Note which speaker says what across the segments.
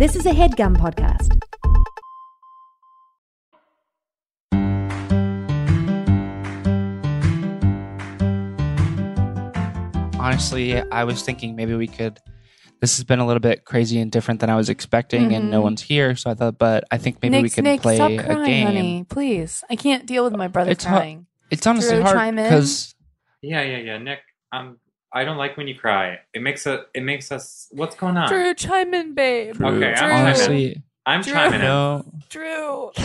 Speaker 1: This is a headgum podcast.
Speaker 2: honestly, I was thinking maybe we could. This has been a little bit crazy and different than I was expecting, and no
Speaker 3: Mhm.
Speaker 2: one's here. So I thought, but I think maybe
Speaker 3: Nick,
Speaker 2: we could
Speaker 3: Nick,
Speaker 2: play
Speaker 3: stop
Speaker 2: a
Speaker 3: crying,
Speaker 2: game.
Speaker 3: honey. Please, I can't deal with my brother
Speaker 2: It's hard-
Speaker 3: crying.
Speaker 2: It's honestly
Speaker 3: Drew,
Speaker 2: hard
Speaker 3: chime in.
Speaker 2: because
Speaker 4: Yeah, yeah, yeah. Nick, um, I don't like when you cry. It makes us. It makes us. What's going on?
Speaker 3: Drew, chime in, babe.
Speaker 4: Drew. Okay,
Speaker 3: Drew,
Speaker 4: I'm chiming
Speaker 2: honestly,
Speaker 4: I'm
Speaker 3: Drew.
Speaker 4: chiming in.
Speaker 2: no.
Speaker 3: Drew,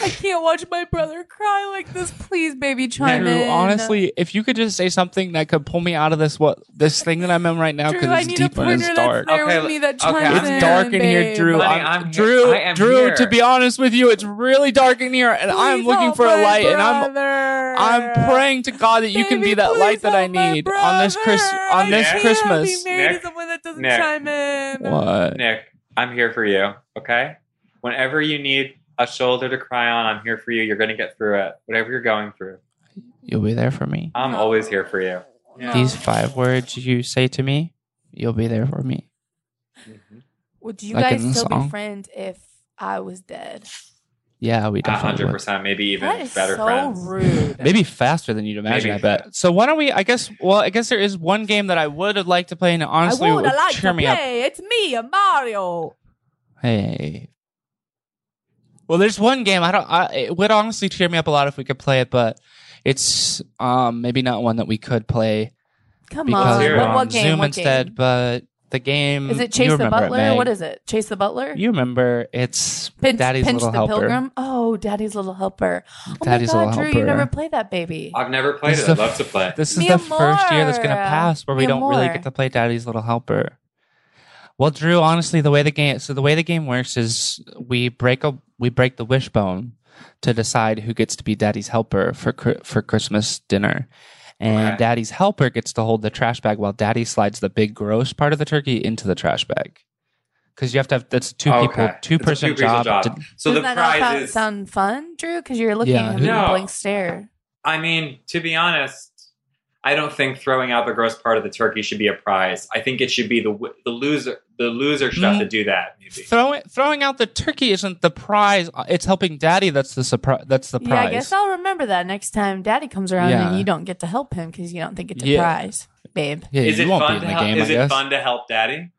Speaker 3: I can't watch my brother cry like this. Please, baby, chime
Speaker 2: Drew,
Speaker 3: in.
Speaker 2: honestly, if you could just say something that could pull me out of this what this thing that I'm in right now
Speaker 3: Drew, I
Speaker 2: because it's
Speaker 3: need a
Speaker 2: deep and
Speaker 3: partner
Speaker 2: it's
Speaker 3: that's
Speaker 2: dark.
Speaker 3: there
Speaker 4: Okay,
Speaker 3: with me that
Speaker 4: okay,
Speaker 3: chimes
Speaker 4: I'm
Speaker 3: in.
Speaker 2: It's dark in here,
Speaker 3: babe.
Speaker 2: Drew.
Speaker 4: Honey,
Speaker 2: I'm,
Speaker 4: I'm here.
Speaker 2: Drew,
Speaker 4: I am
Speaker 2: Drew.
Speaker 4: here.
Speaker 2: To be honest with you, it's really dark in here, and I'm
Speaker 3: Please
Speaker 2: looking
Speaker 3: help
Speaker 2: for a
Speaker 3: my
Speaker 2: light, and I'm
Speaker 3: brother.
Speaker 2: I'm praying to God that you can
Speaker 3: Baby,
Speaker 2: be that light
Speaker 3: please
Speaker 2: that I
Speaker 3: help my
Speaker 2: need on this Chris
Speaker 3: brother.
Speaker 2: on this
Speaker 3: I can't
Speaker 2: Christmas.
Speaker 3: Be married
Speaker 4: Nick,
Speaker 3: to someone that doesn't
Speaker 4: Nick.
Speaker 3: chime in.
Speaker 2: What?
Speaker 4: Nick, I'm here for you. Okay. Whenever you need a shoulder to cry on, I'm here for you. You're gonna get through it. Whatever you're going through,
Speaker 2: You'll be there for me.
Speaker 4: I'm
Speaker 3: No.
Speaker 4: always here for you.
Speaker 3: No.
Speaker 2: These five words you say to me, you'll be there for me.
Speaker 4: Mhm.
Speaker 3: Would you
Speaker 2: like
Speaker 3: guys
Speaker 2: in the
Speaker 3: still
Speaker 2: song.
Speaker 3: be friends if I was dead?
Speaker 2: Yeah, we
Speaker 4: A
Speaker 2: definitely
Speaker 4: hundred
Speaker 2: would.
Speaker 4: percent, maybe even
Speaker 3: That is
Speaker 4: better
Speaker 3: so
Speaker 4: friends.
Speaker 3: rude.
Speaker 2: Maybe faster than you'd imagine,
Speaker 4: Maybe
Speaker 2: I bet. So why don't we? I guess. Well, I guess there is one game that I would have liked to play, and honestly, it would cheer me up.
Speaker 3: It's me, Mario.
Speaker 2: Hey. Well, there's one game I don't. I, it would honestly cheer me up a lot if we could play it, but it's um maybe not one that we could play
Speaker 3: Come
Speaker 2: because
Speaker 3: on.
Speaker 2: we're
Speaker 4: Zero.
Speaker 3: What,
Speaker 2: on
Speaker 3: what game?
Speaker 2: Zoom
Speaker 3: what
Speaker 2: instead.
Speaker 3: game?
Speaker 2: But the game
Speaker 3: Is it
Speaker 2: you
Speaker 3: Chase the
Speaker 2: remember it,
Speaker 3: Butler?
Speaker 2: Meg.
Speaker 3: what is it? Chase the Butler?
Speaker 2: You remember it's
Speaker 3: Pinch,
Speaker 2: Daddy's
Speaker 3: Pinch
Speaker 2: Little
Speaker 3: the
Speaker 2: Helper.
Speaker 3: Pilgrim? Oh, Daddy's Little Helper. Oh
Speaker 2: Daddy's
Speaker 3: my
Speaker 2: Little
Speaker 3: God, Drew,
Speaker 2: Helper.
Speaker 3: you never played that baby.
Speaker 4: I've never played
Speaker 2: This
Speaker 4: it.
Speaker 2: is
Speaker 4: I'd
Speaker 2: a-
Speaker 4: love to play.
Speaker 2: This is
Speaker 3: Mi
Speaker 2: the first year that's going to
Speaker 3: amor.
Speaker 2: pass where we
Speaker 3: Mi
Speaker 2: don't really
Speaker 3: amor.
Speaker 2: get to play Daddy's Little Helper. Well, Drew, honestly, the way the game so the way the game works is we break a we break the wishbone to decide who gets to be Daddy's helper for Chri- for Christmas dinner. And
Speaker 4: Okay.
Speaker 2: Daddy's helper gets to hold the trash bag while Daddy slides the big gross part of the turkey into the trash bag. Cuz you have to have that's two people,
Speaker 4: Oh, Okay. It's a
Speaker 2: two person
Speaker 4: two-person
Speaker 2: job. to-
Speaker 4: so the
Speaker 3: Doesn't that not
Speaker 4: prize
Speaker 3: sound,
Speaker 4: is.
Speaker 3: sound fun, Drew? Because you're looking
Speaker 2: Yeah.
Speaker 3: at me with a
Speaker 4: No.
Speaker 3: blank stare.
Speaker 4: I mean, to be honest, I don't think throwing out the gross part of the turkey should be a prize. I think it should be the w- the loser the loser should
Speaker 2: Mm.
Speaker 4: have to do that. Maybe.
Speaker 2: Throwing throwing out the turkey isn't the prize. It's helping Daddy. That's the surprise. That's the prize.
Speaker 3: Yeah, I guess I'll remember that next time Daddy comes around
Speaker 2: Yeah.
Speaker 3: and you don't get to help him because you don't think it's a
Speaker 2: Yeah.
Speaker 3: prize, babe.
Speaker 2: Yeah,
Speaker 4: is
Speaker 2: you
Speaker 4: it
Speaker 2: won't
Speaker 4: fun
Speaker 2: be
Speaker 4: to
Speaker 2: in the
Speaker 4: help?
Speaker 2: game.
Speaker 4: is
Speaker 2: I
Speaker 4: it
Speaker 2: guess.
Speaker 4: fun to help Daddy?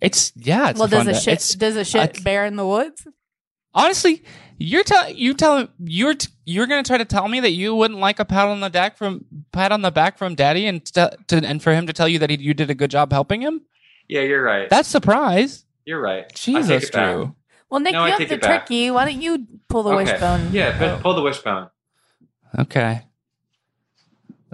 Speaker 2: It's yeah. It's
Speaker 3: well, does
Speaker 2: fun
Speaker 3: a
Speaker 2: to-
Speaker 3: shit
Speaker 2: it's-
Speaker 3: does a shit
Speaker 2: I-
Speaker 3: bear in the woods?
Speaker 2: honestly, you're telling you telling you're t- you're gonna try to tell me that you wouldn't like a pat on the back from pat on the back from Daddy and t- to, and for him to tell you that he, you did a good job helping him.
Speaker 4: Yeah, you're right.
Speaker 2: That's surprise.
Speaker 4: you're right. I take
Speaker 2: Jesus,
Speaker 4: it back.
Speaker 2: Drew.
Speaker 3: Well, Nick,
Speaker 4: No, I
Speaker 3: you have
Speaker 4: take
Speaker 3: the
Speaker 4: it back.
Speaker 3: turkey. Why don't you pull the
Speaker 4: Okay.
Speaker 3: wishbone?
Speaker 4: Yeah, but
Speaker 2: Oh.
Speaker 3: out?
Speaker 4: pull the wishbone.
Speaker 2: Okay.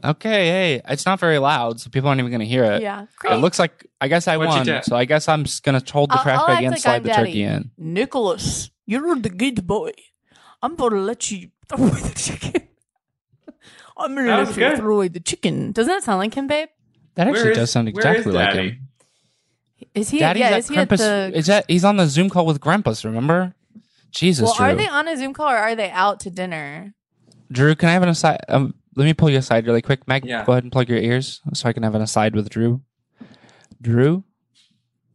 Speaker 2: Okay. Hey, it's not very loud, so people aren't even gonna hear it.
Speaker 3: yeah.
Speaker 2: It looks like I guess I
Speaker 4: What'd you
Speaker 2: won,
Speaker 4: do?
Speaker 2: so I guess I'm just gonna hold the
Speaker 3: I'll-
Speaker 2: trash
Speaker 3: I'll
Speaker 2: bag
Speaker 3: act
Speaker 2: in,
Speaker 3: like
Speaker 2: slide
Speaker 3: I'm
Speaker 2: the turkey
Speaker 3: Daddy.
Speaker 2: in.
Speaker 3: Nicholas, you're the good boy. I'm gonna let you throw away the chicken. I'm gonna
Speaker 4: That was good.
Speaker 3: throw away the chicken. Doesn't that sound like him, babe?
Speaker 2: That
Speaker 4: Where
Speaker 2: actually
Speaker 4: is-
Speaker 2: does sound
Speaker 4: where is
Speaker 2: exactly like
Speaker 4: Daddy?
Speaker 2: him.
Speaker 3: Is he?
Speaker 2: Daddy's
Speaker 3: yeah,
Speaker 2: at
Speaker 3: is he at
Speaker 2: Krampus-
Speaker 3: the?
Speaker 2: Is that he's on the Zoom call with Grampus? Remember? Jesus,
Speaker 3: well,
Speaker 2: Drew.
Speaker 3: are they on a Zoom call or are they out to dinner?
Speaker 2: Drew, can I have an aside? Um, let me pull you aside really quick, Meg.
Speaker 4: Yeah.
Speaker 2: Go ahead and plug your ears so I can have an aside with Drew. Drew,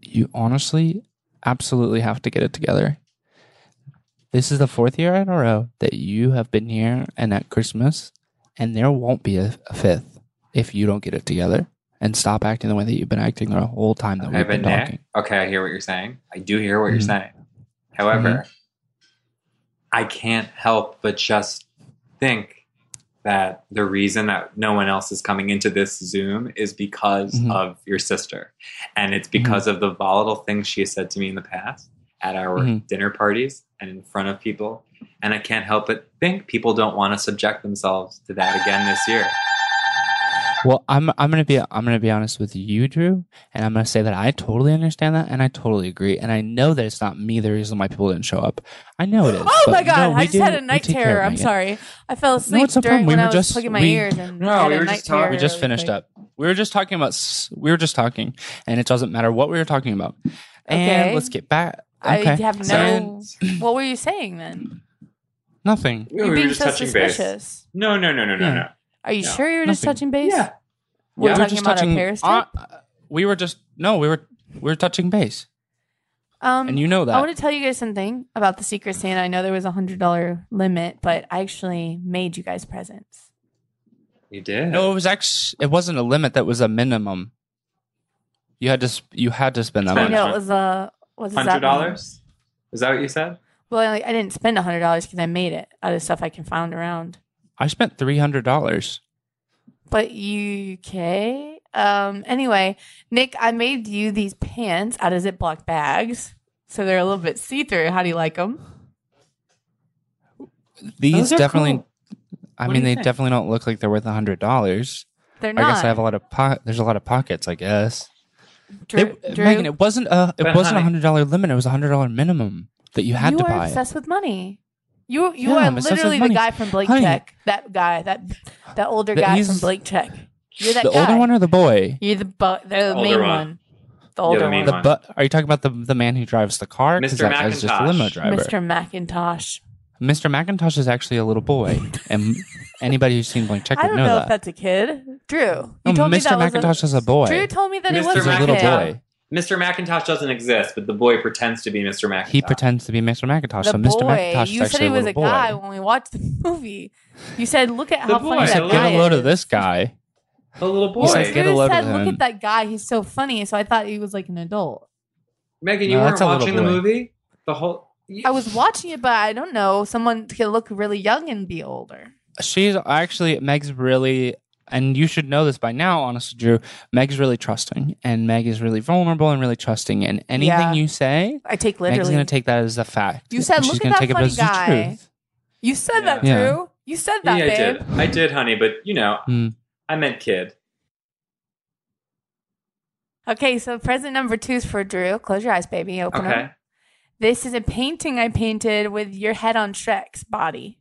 Speaker 2: you honestly, absolutely have to get it together. This is the fourth year in a row that you have been here and at Christmas, and there won't be a, a fifth if you don't get it together and stop acting the way that you've been acting the whole time that
Speaker 4: Okay,
Speaker 2: we've
Speaker 4: but
Speaker 2: been talking.
Speaker 4: Nick, okay, I hear what you're saying. I do hear what you're
Speaker 2: Mhm.
Speaker 4: saying. However,
Speaker 2: Mm-hmm.
Speaker 4: I can't help but just think that the reason that no one else is coming into this Zoom is because
Speaker 2: Mhm.
Speaker 4: of your sister. And it's
Speaker 2: Mm-hmm.
Speaker 4: because of the volatile things she has said to me in the past at our
Speaker 2: Mhm.
Speaker 4: dinner parties and in front of people. And I can't help but think people don't want to subject themselves to that again this year.
Speaker 2: Well, I'm I'm gonna be I'm gonna be honest with you, Drew, and I'm gonna say that I totally understand that and I totally agree, and I know that it's not me the reason why people didn't show up. I know it is.
Speaker 3: Oh
Speaker 2: but
Speaker 3: my god!
Speaker 2: no, we
Speaker 3: I just
Speaker 2: do-
Speaker 3: had a
Speaker 2: we
Speaker 3: night
Speaker 2: take care of
Speaker 3: terror. I'm
Speaker 2: Megan.
Speaker 3: sorry. I fell asleep
Speaker 2: it's no problem.
Speaker 3: during
Speaker 2: We
Speaker 3: when
Speaker 2: were
Speaker 3: I was
Speaker 2: just-
Speaker 3: plugging my
Speaker 2: we-
Speaker 3: ears. And
Speaker 4: No,
Speaker 3: had
Speaker 4: we
Speaker 3: a
Speaker 4: were
Speaker 3: night
Speaker 4: just talking-
Speaker 3: terror
Speaker 2: We just
Speaker 3: really
Speaker 2: finished
Speaker 3: quick.
Speaker 2: up. We were just talking about s- we were just talking, and it doesn't matter what we were talking about. And
Speaker 3: Okay.
Speaker 2: let's get back.
Speaker 3: I
Speaker 2: Okay.
Speaker 3: have
Speaker 2: So-
Speaker 3: no. what were you saying then?
Speaker 2: nothing.
Speaker 4: We
Speaker 3: You're
Speaker 4: were
Speaker 3: being
Speaker 4: just
Speaker 3: so
Speaker 4: touching
Speaker 3: suspicious.
Speaker 4: base. No, no, no, no, no,
Speaker 2: Yeah.
Speaker 4: no.
Speaker 3: Are you
Speaker 4: No,
Speaker 3: sure you were just
Speaker 2: nothing.
Speaker 3: touching base?
Speaker 4: Yeah.
Speaker 3: We're
Speaker 4: Yeah.
Speaker 2: We were
Speaker 3: talking
Speaker 2: just
Speaker 3: about
Speaker 2: touching-
Speaker 3: our Paris trip.
Speaker 2: uh, we were just no, we were we were touching base.
Speaker 3: Um,
Speaker 2: And you know that.
Speaker 3: I want to tell you guys something about the Secret Santa. I know there was a hundred dollar limit, but I actually made you guys presents.
Speaker 4: You did.
Speaker 2: No, it was actually it wasn't a limit. That was a minimum. You had to sp- you had to spend that
Speaker 3: I
Speaker 4: Spend.
Speaker 2: much.
Speaker 3: know it was a what is that?
Speaker 4: hundred dollars. Is that what you said?
Speaker 3: Well, I, I didn't spend a hundred dollars because I made it out of stuff I can find around.
Speaker 2: I spent three hundred dollars.
Speaker 3: But UK. Um. Anyway, Nick, I made you these pants out of Ziploc bags, so they're a little bit see through. How do you like them?
Speaker 2: These
Speaker 4: Those are
Speaker 2: definitely.
Speaker 4: cool.
Speaker 2: I
Speaker 4: What do
Speaker 2: mean,
Speaker 4: you
Speaker 2: they
Speaker 4: think?
Speaker 2: definitely don't look like they're worth hundred dollars.
Speaker 3: They're
Speaker 2: I
Speaker 3: not.
Speaker 2: guess I have a lot of pocket. There's a lot of pockets. I guess. They-
Speaker 3: Drew, Drew,
Speaker 2: Megan, it wasn't a it
Speaker 4: But
Speaker 2: wasn't a
Speaker 4: honey-
Speaker 2: hundred dollar limit. It was a hundred dollar minimum that you had
Speaker 3: you
Speaker 2: to
Speaker 3: are
Speaker 2: buy. it.
Speaker 3: obsessed with money. You you
Speaker 2: Yeah,
Speaker 3: are
Speaker 2: I'm obsessed with
Speaker 3: literally the
Speaker 2: money.
Speaker 3: guy from Blake
Speaker 2: Honey.
Speaker 3: Check. That guy, that that older
Speaker 2: That-
Speaker 3: guy
Speaker 2: he's-
Speaker 3: from Blake Check. You're that
Speaker 2: The
Speaker 3: guy.
Speaker 2: older one or the boy?
Speaker 3: You're the bu- the
Speaker 4: Older
Speaker 3: main
Speaker 4: one.
Speaker 3: one. The
Speaker 4: You're
Speaker 3: older
Speaker 4: the main
Speaker 3: one.
Speaker 2: The bu- are you talking about the the man who drives the car? 'Cause
Speaker 4: Mr.
Speaker 2: That guy's just a limo
Speaker 4: McIntosh.
Speaker 2: driver.
Speaker 3: Mr. McIntosh.
Speaker 2: Mr. McIntosh is actually a little boy, and anybody who's seen Blank Check
Speaker 3: I
Speaker 2: would
Speaker 3: don't
Speaker 2: know,
Speaker 3: know
Speaker 2: that.
Speaker 3: if that's a kid. Drew, you
Speaker 2: No,
Speaker 3: told me
Speaker 2: Mr.
Speaker 3: that was
Speaker 2: McIntosh is a boy.
Speaker 3: a Drew told me that it
Speaker 4: Mr.
Speaker 3: was
Speaker 2: He's
Speaker 3: a
Speaker 2: a
Speaker 3: kid.
Speaker 2: little
Speaker 4: McIntosh.
Speaker 2: boy.
Speaker 4: Mr. McIntosh doesn't exist, but the boy pretends to be Mr. McIntosh.
Speaker 2: He pretends to be Mr. McIntosh.
Speaker 3: The
Speaker 2: so Mr.
Speaker 3: boy.
Speaker 2: McIntosh is
Speaker 3: You said
Speaker 2: actually
Speaker 3: he was
Speaker 2: a
Speaker 3: a
Speaker 2: little boy.
Speaker 3: guy when we watched the movie. You said, "Look at
Speaker 4: The
Speaker 3: how funny
Speaker 4: boy.
Speaker 3: that
Speaker 4: So
Speaker 2: Get
Speaker 3: guy
Speaker 2: a load
Speaker 3: is."
Speaker 2: of this guy.
Speaker 4: The little boy.
Speaker 2: He said,
Speaker 3: Drew
Speaker 2: "Get a load
Speaker 3: said,
Speaker 2: of
Speaker 3: "Look
Speaker 2: him."
Speaker 3: at that guy. He's so funny." So I thought he was like an adult.
Speaker 4: Megan, you
Speaker 2: No,
Speaker 4: weren't
Speaker 2: that's a little
Speaker 4: watching the
Speaker 2: boy.
Speaker 4: movie. The whole.
Speaker 3: I was watching it, but I don't know. Someone could look really young and be older.
Speaker 2: She's actually Meg's really, and you should know this by now, honestly, Drew. Meg's really trusting, and Meg is really vulnerable and really trusting. And anything
Speaker 3: Yeah.
Speaker 2: you say,
Speaker 3: I take
Speaker 2: Meg's
Speaker 3: literally.
Speaker 2: going to take that as a fact.
Speaker 3: You said,
Speaker 2: And
Speaker 3: "Look
Speaker 2: she's
Speaker 3: at
Speaker 2: gonna
Speaker 3: that
Speaker 2: take
Speaker 3: funny
Speaker 2: it as the
Speaker 3: guy."
Speaker 2: truth.
Speaker 3: you said that,
Speaker 2: Yeah.
Speaker 3: Drew. You said
Speaker 4: Yeah,
Speaker 3: that,
Speaker 4: I
Speaker 3: babe.
Speaker 4: did. I did, honey, but you know,
Speaker 2: Mm.
Speaker 4: I meant kid.
Speaker 3: Okay, so present number two is for Drew. Close your eyes, baby. Open
Speaker 4: Okay.
Speaker 3: them. This is a painting I painted with your head on Shrek's body.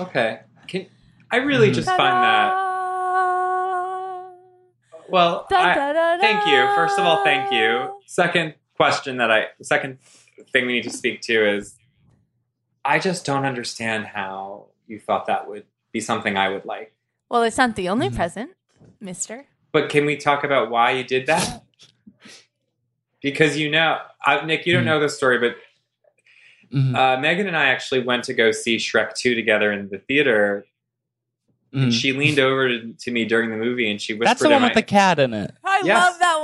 Speaker 4: Okay. Can I really
Speaker 2: Mhm.
Speaker 4: just find that? Well, I- thank you. First of all, thank you. Second question that I second thing we need to speak to is I just don't understand how you thought that would be something I would like.
Speaker 3: Well, it's not the only
Speaker 2: Mhm.
Speaker 3: present, Mister.
Speaker 4: But can we talk about why you did that? Because you know, I, Nick, you don't
Speaker 2: Mm.
Speaker 4: know this story, but
Speaker 2: Mhm,
Speaker 4: uh, Megan and I actually went to go see Shrek 2 together in the theater.
Speaker 2: mhm.
Speaker 4: And she leaned over to, to me during the movie and she whispered
Speaker 2: That's the one
Speaker 4: in
Speaker 2: with the
Speaker 4: my,
Speaker 2: cat in it.
Speaker 3: I
Speaker 4: Yes.
Speaker 3: love that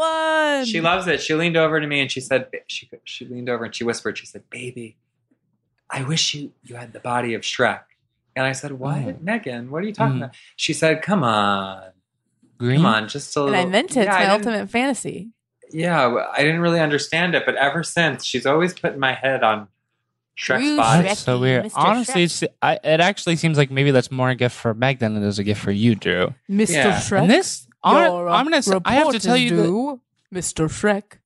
Speaker 3: one.
Speaker 4: She loves it. She leaned over to me and she said, ba- she, she leaned over and she whispered, she said, baby, I wish you, you had the body of Shrek. And I said, what?
Speaker 2: Mm.
Speaker 4: Megan, what are you talking
Speaker 2: Mm.
Speaker 4: about? She said, come on,
Speaker 2: Green.
Speaker 4: come on, just a
Speaker 3: and
Speaker 4: little.
Speaker 3: I meant it. It's
Speaker 4: Yeah, I
Speaker 3: my
Speaker 4: didn't-
Speaker 3: ultimate fantasy.
Speaker 4: Yeah, well, I didn't really understand it, but ever since, she's always putting my head on Shrek's
Speaker 3: Ooh,
Speaker 4: body.
Speaker 3: Shrek.
Speaker 2: That's so
Speaker 3: Shrek-y,
Speaker 2: weird.
Speaker 3: Mr.
Speaker 2: Honestly,
Speaker 3: Shrek.
Speaker 2: it's, I, it actually seems like maybe that's more a gift for Meg than it is a gift for you, Drew.
Speaker 3: Mr.
Speaker 4: Yeah.
Speaker 3: Shrek.
Speaker 2: And this, hon- I'm gonna, say, I have to tell you, that,
Speaker 3: Mr. Shrek.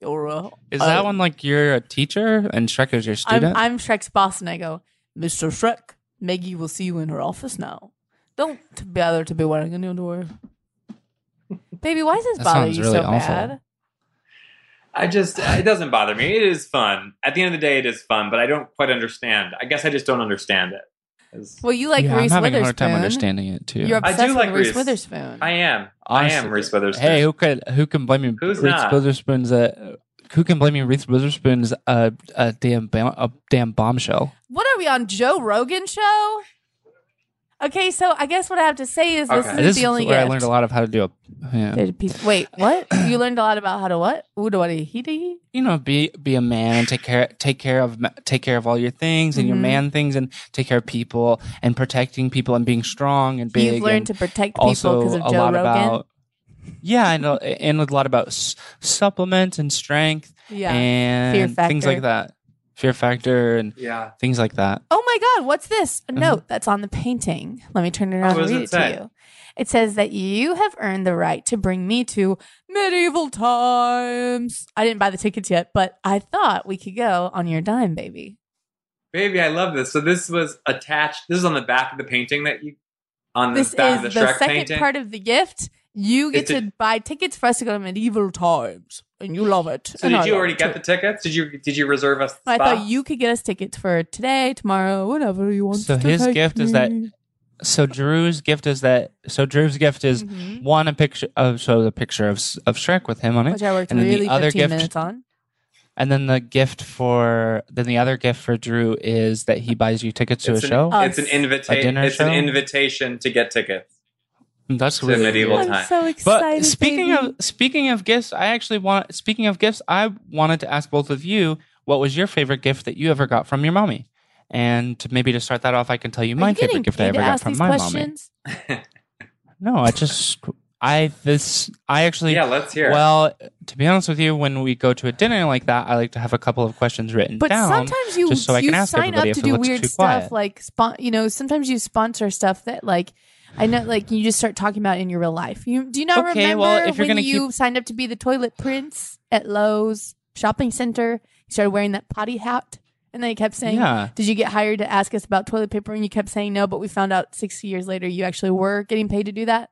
Speaker 3: You're a,
Speaker 2: is that
Speaker 3: uh,
Speaker 2: one like you're a teacher and Shrek is your
Speaker 3: I'm,
Speaker 2: student?
Speaker 3: I'm Shrek's boss, and I go, Mr. Shrek, Maggie will see you in her office now. Don't bother to be wearing a new door. Baby, why does this
Speaker 2: That
Speaker 3: bother
Speaker 2: sounds
Speaker 3: you
Speaker 2: really
Speaker 3: so
Speaker 2: awful.
Speaker 3: bad?
Speaker 4: I just, it doesn't bother me. It is fun. At the end of the day, it is fun, but I don't quite understand. I guess I just don't understand it. 'Cause
Speaker 3: Well, you like
Speaker 2: yeah,
Speaker 3: Reese
Speaker 2: I'm having a
Speaker 3: Witherspoon.
Speaker 2: hard time understanding it too.
Speaker 3: You're
Speaker 4: I do
Speaker 3: obsessed
Speaker 4: like
Speaker 3: with Reese,
Speaker 4: Reese.
Speaker 3: Witherspoon.
Speaker 4: I am. I
Speaker 2: Honestly,
Speaker 4: am Reese Witherspoon.
Speaker 2: Hey, who could who can blame you?
Speaker 4: Who's
Speaker 2: Reese
Speaker 4: not?
Speaker 2: Witherspoon's a who can blame you? Reese Witherspoon's a, a damn bom- a damn bombshell.
Speaker 3: what are we on, Joe Rogan show? Okay, so I guess what I have to say is this
Speaker 4: Okay.
Speaker 3: isn't
Speaker 2: This is
Speaker 3: the
Speaker 2: where
Speaker 3: only
Speaker 2: I
Speaker 3: gift.
Speaker 2: learned a lot of how to do a yeah.
Speaker 3: There's a piece- Wait, what? you learned a lot about how to what? Udawari hidi?
Speaker 2: you know be be a man and take care take care of ma- take care of all your things and your
Speaker 3: Mhm.
Speaker 2: man things and take care of people and protecting people and being strong and big.
Speaker 3: You've learned
Speaker 2: and
Speaker 3: to protect people
Speaker 2: also
Speaker 3: because of
Speaker 2: a
Speaker 3: Joe
Speaker 2: lot
Speaker 3: Rogan.
Speaker 2: about yeah, I know, and a lot about s- supplements and strength
Speaker 3: yeah.
Speaker 2: and
Speaker 3: Fear
Speaker 2: things
Speaker 3: factor.
Speaker 2: like that, fear factor and
Speaker 4: Yeah.
Speaker 2: things like that.
Speaker 3: oh my God, what's this?
Speaker 2: Mm-hmm.
Speaker 3: A note that's on the painting. Let me turn it around
Speaker 4: Oh,
Speaker 3: and
Speaker 4: what does
Speaker 3: read
Speaker 4: it
Speaker 3: it
Speaker 4: say?
Speaker 3: to you. It says that you have earned the right to bring me to medieval times. I didn't buy the tickets yet, but I thought we could go on your dime, baby.
Speaker 4: Baby, I love this. So this was attached. This is on the back of the painting that you on the
Speaker 3: This
Speaker 4: back
Speaker 3: is
Speaker 4: of the
Speaker 3: the
Speaker 4: Shrek
Speaker 3: second
Speaker 4: painting.
Speaker 3: part of the gift. You get
Speaker 4: It's a-
Speaker 3: to buy tickets for us to go to medieval times, and you love it.
Speaker 4: so
Speaker 3: and I
Speaker 4: did you
Speaker 3: love
Speaker 4: already
Speaker 3: it
Speaker 4: get
Speaker 3: Oh, too.
Speaker 4: the tickets? Did you did you reserve us? The
Speaker 3: I
Speaker 4: spot?
Speaker 3: thought you could get us tickets for today, tomorrow, whenever you want.
Speaker 2: So
Speaker 3: to
Speaker 2: his
Speaker 3: take
Speaker 2: gift is that-
Speaker 3: me.
Speaker 2: So Drew's gift is that. So Drew's gift is
Speaker 3: Mhm.
Speaker 2: one a oh, picture of shows a picture of of Shrek with him on it,
Speaker 3: which I worked
Speaker 2: and then
Speaker 3: really
Speaker 2: the other
Speaker 3: 15
Speaker 2: gift
Speaker 3: minutes on.
Speaker 2: And then the gift for then the other gift for Drew is that he buys you tickets to
Speaker 4: it's
Speaker 2: a
Speaker 4: an,
Speaker 2: show.
Speaker 3: Oh,
Speaker 4: It's an
Speaker 3: it's-
Speaker 2: A
Speaker 4: invitation.
Speaker 2: dinner
Speaker 4: It's an
Speaker 2: show?
Speaker 4: invitation to get tickets.
Speaker 2: That's
Speaker 4: to
Speaker 2: really
Speaker 4: medieval
Speaker 2: weird.
Speaker 4: time.
Speaker 3: I'm so excited.
Speaker 2: But speaking
Speaker 3: baby.
Speaker 2: of speaking of gifts, I actually want speaking of gifts, I wanted to ask both of you what was your favorite gift that you ever got from your mommy? And maybe to start that off, I can tell you
Speaker 3: Are
Speaker 2: my
Speaker 3: you
Speaker 2: favorite
Speaker 3: getting
Speaker 2: gift
Speaker 3: paid
Speaker 2: I ever
Speaker 3: to
Speaker 2: got
Speaker 3: ask
Speaker 2: from
Speaker 3: these
Speaker 2: my mommy.
Speaker 3: questions?
Speaker 2: No, I just I this I actually
Speaker 4: Yeah, let's hear. it.
Speaker 2: well, to be honest with you, when we go to a dinner like that, I like to have a couple of questions written
Speaker 3: But
Speaker 2: down.
Speaker 3: sometimes you
Speaker 2: just so I
Speaker 3: you
Speaker 2: can ask
Speaker 3: sign up
Speaker 2: everybody
Speaker 3: to
Speaker 2: if it
Speaker 3: do
Speaker 2: looks
Speaker 3: weird
Speaker 2: too
Speaker 3: stuff
Speaker 2: quiet.
Speaker 3: like spon- you know sometimes you sponsor stuff that like I know like you just start talking about in your real life. You do you not
Speaker 2: Okay,
Speaker 3: remember
Speaker 2: well, if you're
Speaker 3: when
Speaker 2: gonna
Speaker 3: you signed up to be the toilet prince at Lowe's shopping center? You started wearing that potty hat and then you kept saying
Speaker 2: yeah.
Speaker 3: Did you get hired to ask us about toilet paper and you kept saying no, but we found out 60 years later you actually were getting paid to do that?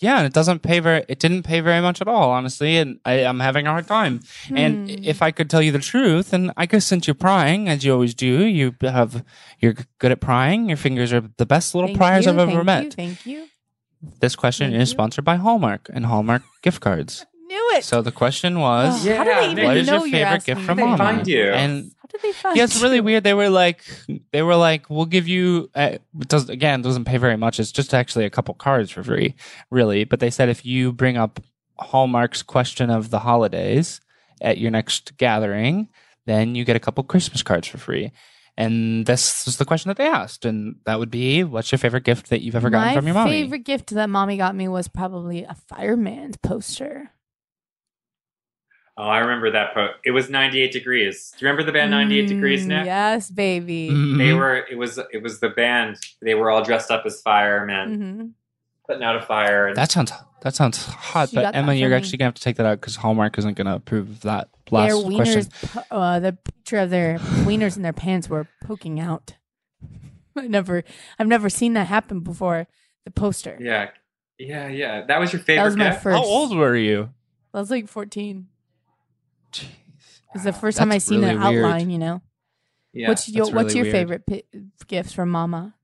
Speaker 2: yeah and it doesn't pay very it didn't pay very much at all honestly and I, i'm having a hard time and
Speaker 3: Hmm.
Speaker 2: if i could tell you the truth and i guess since you're prying as you always do you have you're good at prying your fingers are the best little
Speaker 3: Thank
Speaker 2: pryers
Speaker 3: you,
Speaker 2: i've ever
Speaker 3: thank
Speaker 2: met
Speaker 3: You, thank you.
Speaker 2: this question
Speaker 3: Thank
Speaker 2: is
Speaker 3: you.
Speaker 2: sponsored by hallmark and hallmark gift cards
Speaker 3: Knew it.
Speaker 2: so uh, the question was
Speaker 4: Yeah,
Speaker 3: Oh, How did they even
Speaker 2: what is
Speaker 3: know
Speaker 2: your
Speaker 3: you're
Speaker 2: favorite gift
Speaker 3: asking
Speaker 2: from
Speaker 4: How did
Speaker 2: mom
Speaker 4: they find you?
Speaker 2: and
Speaker 3: How did they find
Speaker 2: yeah, it's really
Speaker 3: you?
Speaker 2: weird. They were like, they were like, we'll give you. Uh, it does again doesn't pay very much. It's just actually a couple cards for free, really. But they said if you bring up Hallmark's question of the holidays at your next gathering, then you get a couple Christmas cards for free. And this was the question that they asked, and that would be, what's your favorite gift that you've ever gotten
Speaker 3: My
Speaker 2: from your mommy?
Speaker 3: favorite gift that mommy got me was probably a fireman's poster.
Speaker 4: oh, I remember that. Po- it was 98 degrees. Do you remember the band 98 degrees?
Speaker 3: Mm,
Speaker 4: Nick?
Speaker 3: Yes, baby.
Speaker 2: Mhm.
Speaker 4: They were. It was. It was the band. They were all dressed up as firemen,
Speaker 3: hmm
Speaker 4: putting out a fire. And
Speaker 2: That sounds that sounds hot,
Speaker 3: She got
Speaker 2: but
Speaker 3: that
Speaker 2: Emma,
Speaker 3: from
Speaker 2: you're
Speaker 3: me.
Speaker 2: actually gonna have to take that out because Hallmark isn't gonna approve of that last
Speaker 3: Their
Speaker 2: question.
Speaker 3: wieners, po- uh, the picture of their wieners in their pants were poking out. I never, I've never seen that happen before. The poster.
Speaker 4: yeah, yeah, yeah. That was your favorite.
Speaker 3: That was my
Speaker 4: gift?
Speaker 3: first.
Speaker 2: How old were you?
Speaker 3: I was like 14.
Speaker 2: Jeez.
Speaker 3: It's the
Speaker 4: Wow,
Speaker 3: first time I
Speaker 2: that's
Speaker 3: seen an
Speaker 2: really weird.
Speaker 3: outline, you know.
Speaker 4: Yeah.
Speaker 3: what's your,
Speaker 2: that's
Speaker 3: what's
Speaker 2: really
Speaker 3: your
Speaker 2: weird.
Speaker 3: favorite pi gifts from mama?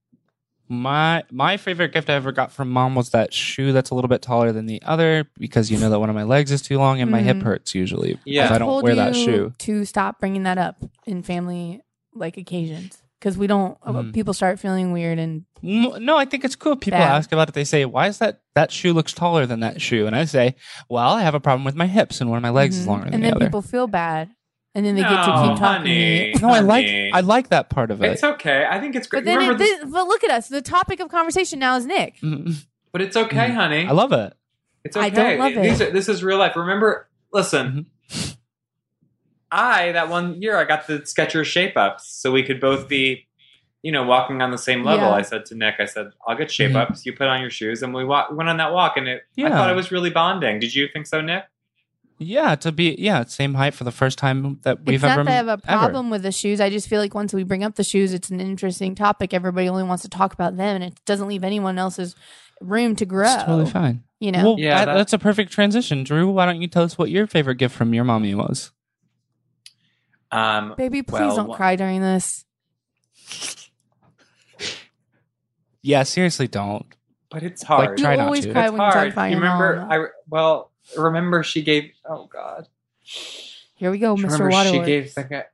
Speaker 2: My my favorite gift I ever got from mom was that shoe that's a little bit taller than the other because you know that one of my legs is too long and my hip
Speaker 3: Mhm.
Speaker 2: hurts usually. 'cause
Speaker 4: Yeah.
Speaker 2: I don't
Speaker 3: Told
Speaker 2: wear that
Speaker 3: you
Speaker 2: shoe.
Speaker 3: To stop bringing that up in family like occasions because we don't. uh,
Speaker 2: Mhm.
Speaker 3: people start feeling weird and
Speaker 2: M- No, I think it's cool. People
Speaker 3: Bad.
Speaker 2: ask about it. They say, "Why is that that shoe looks taller than that shoe?" And I say, "Well, I have a problem with my hips and one of my legs is
Speaker 3: Mhm.
Speaker 2: longer than
Speaker 3: and
Speaker 2: the
Speaker 3: then
Speaker 2: other."
Speaker 3: people feel bad, and then they get to
Speaker 4: No,
Speaker 3: keep talking. to you.
Speaker 4: honey.
Speaker 2: no, I like
Speaker 4: Honey.
Speaker 2: I like that part of it.
Speaker 4: It's okay. I think it's great.
Speaker 3: But then,
Speaker 4: Remember
Speaker 3: it,
Speaker 4: this-
Speaker 3: thi- but look at us. The topic of conversation now is Nick.
Speaker 2: Mm,
Speaker 4: but it's okay,
Speaker 2: Mm.
Speaker 4: honey.
Speaker 2: I love it.
Speaker 4: It's okay.
Speaker 3: I don't love it.
Speaker 4: These are- this is real life. Remember, listen.
Speaker 2: Mm-hmm.
Speaker 4: I that one year I got the Skechers shape ups, so we could both be, you know, walking on the same level.
Speaker 3: Yeah.
Speaker 4: I said to Nick, I said, "I'll get shape
Speaker 2: Mhm.
Speaker 4: ups. You put on your shoes, and we wa- we went on that walk, and it. I
Speaker 2: Yeah.
Speaker 4: thought it was really bonding. Did you think so, Nick?
Speaker 2: Yeah, to be yeah, same height for the first time that we've
Speaker 3: it's not
Speaker 2: ever
Speaker 3: that I have a
Speaker 2: ever.
Speaker 3: problem with the shoes. I just feel like once we bring up the shoes, it's an interesting topic. Everybody only wants to talk about them, and it doesn't leave anyone else's room to grow.
Speaker 2: It's totally fine.
Speaker 3: You know,
Speaker 2: Well,
Speaker 4: Yeah,
Speaker 2: that-
Speaker 4: that-
Speaker 2: that's a perfect transition. Drew, why don't you tell us what your favorite gift from your mommy was?
Speaker 4: Um,
Speaker 3: baby, please
Speaker 4: well,
Speaker 3: don't
Speaker 4: wha-
Speaker 3: cry during this.
Speaker 2: Yeah, seriously, don't.
Speaker 4: but it's hard.
Speaker 2: Try
Speaker 3: you
Speaker 2: not
Speaker 3: always
Speaker 2: to.
Speaker 3: cry
Speaker 4: it's
Speaker 3: when you talk
Speaker 4: hard.
Speaker 3: about
Speaker 4: You
Speaker 3: your
Speaker 4: remember?
Speaker 3: mom.
Speaker 4: I re- well remember she gave. Oh God.
Speaker 3: Here we go,
Speaker 4: Do you
Speaker 3: Mr.
Speaker 4: Remember
Speaker 3: Oh, Waterworks.
Speaker 4: she gave the guy-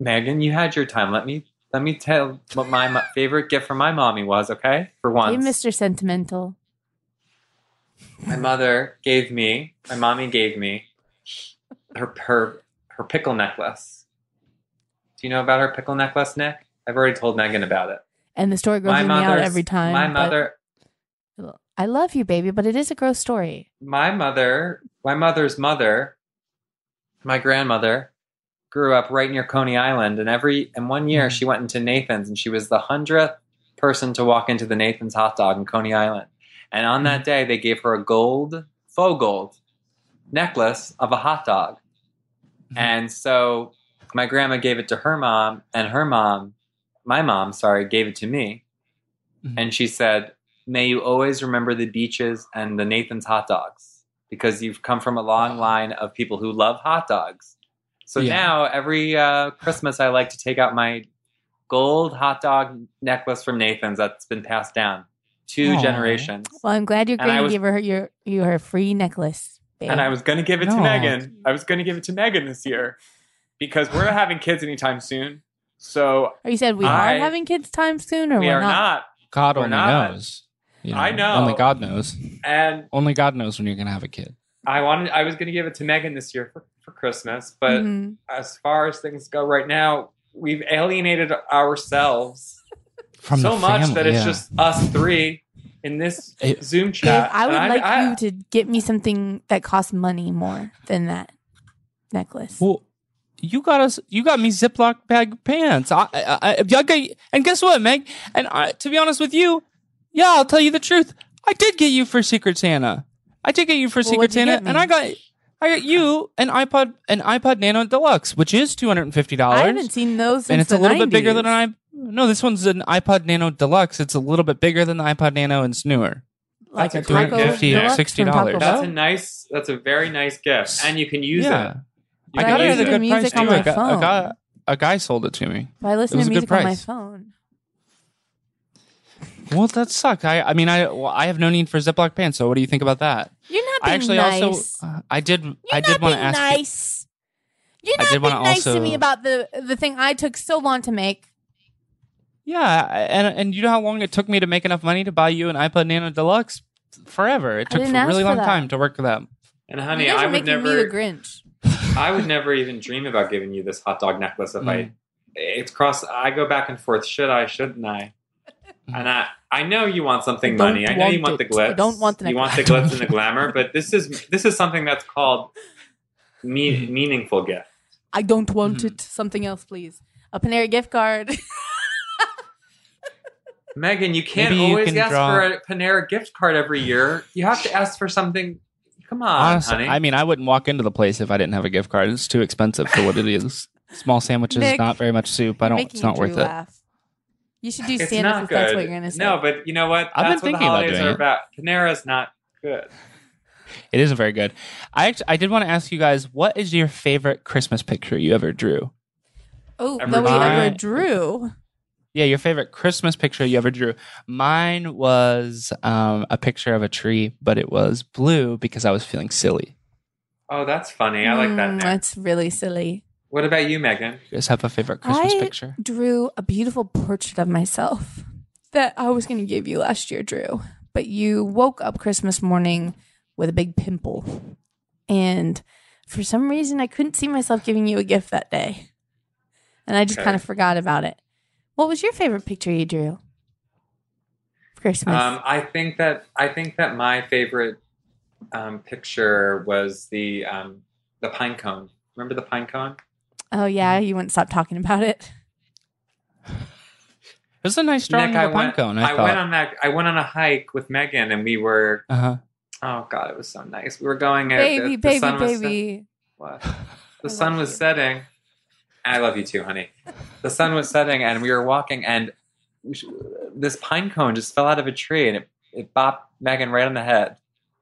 Speaker 4: Megan, you had your time. Let me let me tell what my mo- favorite gift from my mommy was. Okay, for
Speaker 3: Hey,
Speaker 4: once,
Speaker 3: Mr. Sentimental.
Speaker 4: my mother gave me. My mommy gave me her her her pickle necklace. Do you know about her pickle necklace, Nick? I've already told Megan about it.
Speaker 3: And the story grosses me out
Speaker 4: mother's-
Speaker 3: every time.
Speaker 4: My
Speaker 3: but-
Speaker 4: mother.
Speaker 3: I love you, baby, but it is a gross story.
Speaker 4: my mother, my mother's mother, my grandmother grew up right near Coney Island, and every and one
Speaker 3: Mm-hmm.
Speaker 4: year she went into Nathan's, and she was the hundredth person to walk into the Nathan's hot dog in Coney Island. And on that day, they gave her a gold faux gold necklace of a hot dog,
Speaker 2: Mhm.
Speaker 4: and so my grandma gave it to her mom, and her mom, my mom, sorry, gave it to me,
Speaker 2: Mhm.
Speaker 4: and she said, "May you always remember the beaches and the Nathan's hot dogs." because you've come from a long line of people who love hot dogs. So
Speaker 2: Yeah.
Speaker 4: now every uh, Christmas, I like to take out my gold hot dog necklace from Nathan's that's been passed down two
Speaker 2: Aw.
Speaker 4: generations.
Speaker 3: Well, I'm glad your
Speaker 4: And I
Speaker 3: granny
Speaker 4: was-
Speaker 3: gave her your you her free necklace. Babe.
Speaker 4: And I was going to give it to
Speaker 2: No.
Speaker 4: Megan. I was going to give it to Megan this year. because we're not having kids anytime soon. So
Speaker 3: Or you said we
Speaker 4: I-
Speaker 3: are having kids time soon, or
Speaker 4: we
Speaker 3: we're
Speaker 4: are not.
Speaker 2: God
Speaker 4: We're
Speaker 2: only
Speaker 4: not.
Speaker 2: knows. you
Speaker 4: I know.
Speaker 2: Only God knows.
Speaker 4: And
Speaker 2: Only God knows when you're gonna have a kid.
Speaker 4: I wanted I was going to give it to Megan this year for, for Christmas, but
Speaker 3: Mhm.
Speaker 4: as far as things go right now, we've alienated ourselves
Speaker 2: From
Speaker 4: so
Speaker 2: the
Speaker 4: much
Speaker 2: family,
Speaker 4: that it's
Speaker 2: yeah.
Speaker 4: just us three in this
Speaker 2: It-
Speaker 4: Zoom
Speaker 3: Dave,
Speaker 4: chat.
Speaker 3: I would
Speaker 4: And
Speaker 3: like
Speaker 4: I-
Speaker 3: you to get me something that costs money more than that necklace.
Speaker 2: Well, you got us. You got me Ziploc bag pants. I, I, I, I got, and guess what, Meg? And I, to be honest with you, yeah, I'll tell you the truth. I did get you for Secret Santa. I did get you for Secret
Speaker 3: what'd you
Speaker 2: Santa,
Speaker 3: get me?
Speaker 2: and I got, I got you an iPod, an iPod Nano Deluxe, which is two hundred and fifty dollars.
Speaker 3: I haven't seen those since
Speaker 2: and it's
Speaker 3: the
Speaker 2: a little bit bigger
Speaker 3: 90s.
Speaker 2: than I. No, this one's an iPod Nano Deluxe. It's a little bit bigger than the iPod Nano, and it's newer.
Speaker 3: like
Speaker 4: That's
Speaker 3: a
Speaker 4: a great
Speaker 3: taco
Speaker 4: gift.
Speaker 3: deluxe
Speaker 2: Yeah,
Speaker 3: from Taco
Speaker 2: $60.
Speaker 4: That's
Speaker 3: Bell.
Speaker 4: a nice. That's a very nice gift, and you can use
Speaker 2: yeah,
Speaker 4: it. You
Speaker 2: I
Speaker 4: can
Speaker 2: got it
Speaker 4: use
Speaker 2: at a
Speaker 3: listen
Speaker 2: good
Speaker 3: to
Speaker 2: price
Speaker 3: music on
Speaker 2: too. A
Speaker 3: my
Speaker 2: guy, a
Speaker 3: phone.
Speaker 2: guy, a guy sold it to me.
Speaker 3: But I
Speaker 2: It
Speaker 3: listen
Speaker 2: was
Speaker 3: to
Speaker 2: a good
Speaker 3: music on my
Speaker 2: price.
Speaker 3: phone.
Speaker 2: Well, that sucks. I, I mean, I, well, I have no need for Ziploc pants. So, what do you think about that?
Speaker 3: You're not being
Speaker 2: I actually
Speaker 3: nice.
Speaker 2: also, uh, I did,
Speaker 3: You're
Speaker 2: I did
Speaker 3: not
Speaker 2: want to
Speaker 3: being
Speaker 2: ask. you-
Speaker 3: nice. You're
Speaker 2: I did
Speaker 3: not being
Speaker 2: wanna
Speaker 3: nice to
Speaker 2: also-
Speaker 3: me about the the thing I took so long to make.
Speaker 2: yeah, I- and and you know how long it took me to make enough money to buy you an iPod Nano Deluxe? Forever. It
Speaker 3: I
Speaker 2: took
Speaker 3: didn't
Speaker 2: for a
Speaker 3: ask
Speaker 2: really
Speaker 3: for
Speaker 2: long
Speaker 3: that.
Speaker 2: time to work with that.
Speaker 4: And honey,
Speaker 3: you guys
Speaker 4: I
Speaker 3: are
Speaker 4: would
Speaker 3: making me the
Speaker 4: never.
Speaker 3: Grinch.
Speaker 4: I would never even dream about giving you this hot dog necklace if I.
Speaker 2: Mm.
Speaker 4: It's cross. I go back and forth. Should I? Shouldn't I?
Speaker 2: Mm.
Speaker 4: And I, I know you want something
Speaker 3: I don't
Speaker 4: money. I know you want
Speaker 3: want
Speaker 4: the
Speaker 3: it. I
Speaker 4: glitz.
Speaker 3: don't want the
Speaker 4: you want the
Speaker 2: necklace.
Speaker 4: glitz and the glamour. But this is this is something that's called
Speaker 2: Mm.
Speaker 4: me- meaningful gift.
Speaker 3: I don't want
Speaker 2: Mhm.
Speaker 3: it. Something else, please. A Panera gift card.
Speaker 4: Megan, you can't
Speaker 2: Maybe you
Speaker 4: always
Speaker 2: can
Speaker 4: ask
Speaker 2: draw-
Speaker 4: for a Panera gift card every year. You have to ask for something. Come on,
Speaker 2: Honestly,
Speaker 4: honey.
Speaker 2: I mean, I wouldn't walk into the place if I didn't have a gift card. It's too expensive for what it is. Small sandwiches,
Speaker 3: Nick,
Speaker 2: not very much soup. I don't.
Speaker 3: Making
Speaker 2: It's not
Speaker 3: Drew
Speaker 2: worth it.
Speaker 3: laugh. You should do
Speaker 4: it's
Speaker 3: stand up
Speaker 4: not
Speaker 3: if
Speaker 4: good.
Speaker 3: that's what you're gonna say.
Speaker 4: No, but you know what?
Speaker 2: I've been
Speaker 4: That's what
Speaker 2: thinking
Speaker 4: the
Speaker 2: about
Speaker 4: holidays
Speaker 2: doing
Speaker 4: are
Speaker 2: it.
Speaker 4: about. Panera's not good.
Speaker 2: It isn't very good. I act- I did want to ask you guys, what is your favorite Christmas picture you ever drew?
Speaker 3: oh, that
Speaker 4: Every
Speaker 3: we
Speaker 2: time.
Speaker 3: ever drew.
Speaker 2: Yeah, your favorite Christmas picture you ever drew. Mine was um, a picture of a tree, but it was blue because I was feeling silly.
Speaker 4: Oh, that's funny. I like that.
Speaker 3: Mm,
Speaker 4: Nick.
Speaker 3: that's really silly.
Speaker 4: What about you, Megan?
Speaker 2: You guys have a favorite Christmas
Speaker 3: I-
Speaker 2: picture?
Speaker 3: Drew a beautiful portrait of myself that I was gonna give you last year, Drew. But you woke up Christmas morning with a big pimple, and for some reason I couldn't see myself giving you a gift that day, and I just
Speaker 4: Okay.
Speaker 3: kind of forgot about it. What was your favorite picture you drew? Christmas.
Speaker 4: Um, I think that I think that my favorite um, picture was the um, the pine cone. Remember the pine cone?
Speaker 3: oh yeah, you wouldn't stop talking about it.
Speaker 2: It was a nice drawing of
Speaker 4: Nick,
Speaker 2: a
Speaker 4: I
Speaker 2: pine
Speaker 4: went-
Speaker 2: cone. I,
Speaker 4: I,
Speaker 2: thought.
Speaker 4: went on that. I went on a hike with Megan, and we were.
Speaker 2: uh-huh.
Speaker 4: Oh God, it was so nice. We were going. at-
Speaker 3: baby, baby,
Speaker 4: the, the sun Was set-
Speaker 3: baby.
Speaker 4: what?
Speaker 3: I
Speaker 4: The sun
Speaker 3: love
Speaker 4: was
Speaker 3: you.
Speaker 4: setting. I love you too, honey. The sun was setting, and we were walking, and we sh- this pine cone just fell out of a tree, and it, it bopped Megan right on the head,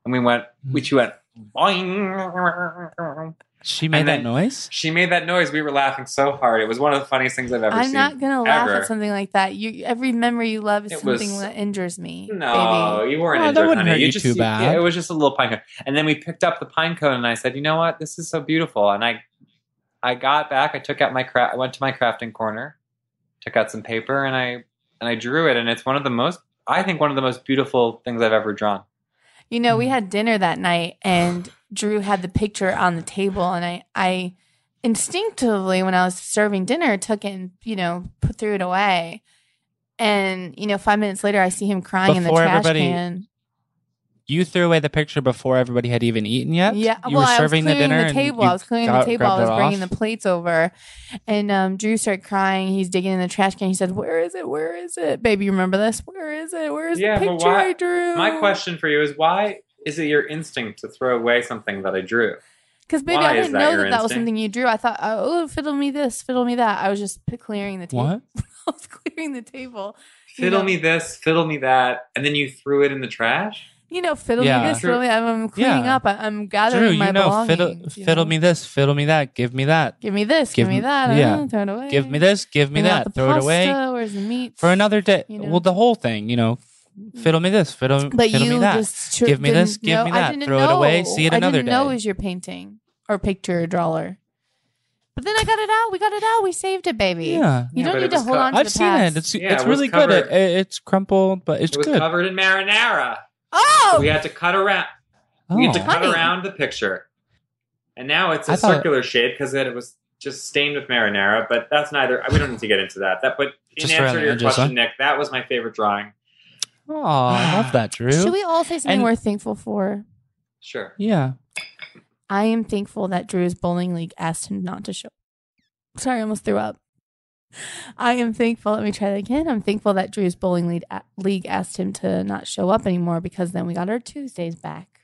Speaker 4: and we went. We she went. Boing.
Speaker 2: She made
Speaker 4: And
Speaker 2: that
Speaker 4: then-
Speaker 2: noise.
Speaker 4: She made that noise. We were laughing so hard. It was one of the funniest things I've ever
Speaker 3: I'm
Speaker 4: seen.
Speaker 3: not gonna laugh
Speaker 4: ever.
Speaker 3: at something like that. You, every memory you love is
Speaker 4: It
Speaker 3: something
Speaker 4: was-
Speaker 3: that injures me.
Speaker 4: No,
Speaker 3: baby.
Speaker 4: you weren't
Speaker 2: Oh, that
Speaker 4: injured,
Speaker 2: wouldn't
Speaker 4: honey.
Speaker 2: hurt you
Speaker 4: just,
Speaker 2: too bad.
Speaker 4: it was just a little pine cone. And then we picked up the pine cone, and I said, "You know what? This is so beautiful." And I, I got back. I took out my craft. I went to my crafting corner, took out some paper, and I and I drew it. And it's one of the most, I think, one of the most beautiful things I've ever drawn.
Speaker 3: You know,
Speaker 2: Mm.
Speaker 3: we had dinner that night, and Drew had the picture on the table, and I, I instinctively, when I was serving dinner, took it and you know, put threw it away. And you know, five minutes later, I see him crying in the
Speaker 2: Before
Speaker 3: trash
Speaker 2: everybody-
Speaker 3: can.
Speaker 2: You threw away the picture before everybody had even eaten yet.
Speaker 3: Yeah,
Speaker 2: you
Speaker 3: well,
Speaker 2: were
Speaker 3: I was
Speaker 2: serving
Speaker 3: clearing the,
Speaker 2: the dinner. and
Speaker 3: table.
Speaker 2: you
Speaker 3: I was clearing
Speaker 2: got-
Speaker 3: the table. I
Speaker 2: grabbed
Speaker 3: was
Speaker 2: it
Speaker 3: bringing
Speaker 2: off.
Speaker 3: the plates over, and um, Drew started crying. He's digging in the trash can. He said, "Where is it? Where is it, baby? You remember this? Where is it? Where is
Speaker 4: Yeah,
Speaker 3: the
Speaker 4: but
Speaker 3: picture
Speaker 4: why-
Speaker 3: I drew?"
Speaker 4: My question for you is, why is it your instinct to throw away something that I drew?
Speaker 3: because baby,
Speaker 4: why
Speaker 3: I
Speaker 4: is
Speaker 3: didn't
Speaker 4: that
Speaker 3: know that
Speaker 4: your
Speaker 3: that was
Speaker 4: instinct?
Speaker 3: something you drew. I thought, "Oh, fiddle me this, fiddle me that." I was just p- clearing the
Speaker 2: What?
Speaker 3: table. I was clearing the table. You
Speaker 4: Fiddle
Speaker 3: know-
Speaker 4: me this, fiddle me that, and then you threw it in the trash.
Speaker 3: You know, fiddle
Speaker 2: Yeah.
Speaker 3: me this, fiddle me. that. I'm cleaning
Speaker 2: Yeah.
Speaker 3: up. I- I'm gathering
Speaker 2: Drew,
Speaker 3: my
Speaker 2: you know,
Speaker 3: belongings.
Speaker 2: fiddle,
Speaker 3: you
Speaker 2: fiddle
Speaker 3: know?
Speaker 2: me this, fiddle me that, give me that,
Speaker 3: Give me this. Give,
Speaker 2: Give
Speaker 3: me
Speaker 2: me-
Speaker 3: that.
Speaker 2: yeah.
Speaker 3: Oh, throw it away.
Speaker 2: give me this, give me
Speaker 3: Bring out
Speaker 2: that,
Speaker 3: the
Speaker 2: throw it away.
Speaker 3: pasta. Where's the meat?
Speaker 2: for another day.
Speaker 3: You know?
Speaker 2: Well, the whole thing, you know, fiddle me this, fiddle,
Speaker 3: But
Speaker 2: fiddle
Speaker 3: you
Speaker 2: me that.
Speaker 3: just tr-
Speaker 2: Give me this,
Speaker 3: didn't
Speaker 2: give
Speaker 3: know-
Speaker 2: me
Speaker 3: I
Speaker 2: that.
Speaker 3: didn't
Speaker 2: Throw it away,
Speaker 3: know.
Speaker 2: see it
Speaker 3: I
Speaker 2: another
Speaker 3: didn't know
Speaker 2: day.
Speaker 3: it was your painting or picture or drawer. But then I got it out. We got it out. We saved it, baby.
Speaker 2: Yeah.
Speaker 3: You
Speaker 4: Yeah,
Speaker 3: don't
Speaker 4: but
Speaker 3: need
Speaker 4: it
Speaker 3: to
Speaker 4: was
Speaker 3: hold
Speaker 4: cut.
Speaker 3: on to
Speaker 2: I've
Speaker 3: the
Speaker 2: seen
Speaker 3: past.
Speaker 2: it. It's
Speaker 4: Yeah,
Speaker 2: it's
Speaker 4: it was
Speaker 2: really good. It,
Speaker 4: covered.
Speaker 2: it- it's crumpled, but it's
Speaker 4: it was
Speaker 2: good.
Speaker 4: covered in marinara.
Speaker 3: oh,
Speaker 4: We had to cut around. We
Speaker 2: Oh.
Speaker 4: had to cut
Speaker 3: Honey.
Speaker 4: around the picture, and now it's a
Speaker 2: I thought-
Speaker 4: circular shape because it was just stained with marinara. But that's neither. We don't need to get into that. That, but in
Speaker 2: Just around
Speaker 4: answer
Speaker 2: the
Speaker 4: to your
Speaker 2: edges, huh?
Speaker 4: question, Nick, that was my favorite drawing.
Speaker 2: Oh, I love that, Drew.
Speaker 3: should we all say something
Speaker 2: And-
Speaker 3: we're thankful for?
Speaker 4: Sure.
Speaker 2: yeah.
Speaker 3: I am thankful that Drew's bowling league asked him not to show. Sorry, I almost threw up. I am thankful. Let me try that again. I'm thankful that Drew's bowling lead, league asked him to not show up anymore because then we got our Tuesdays back.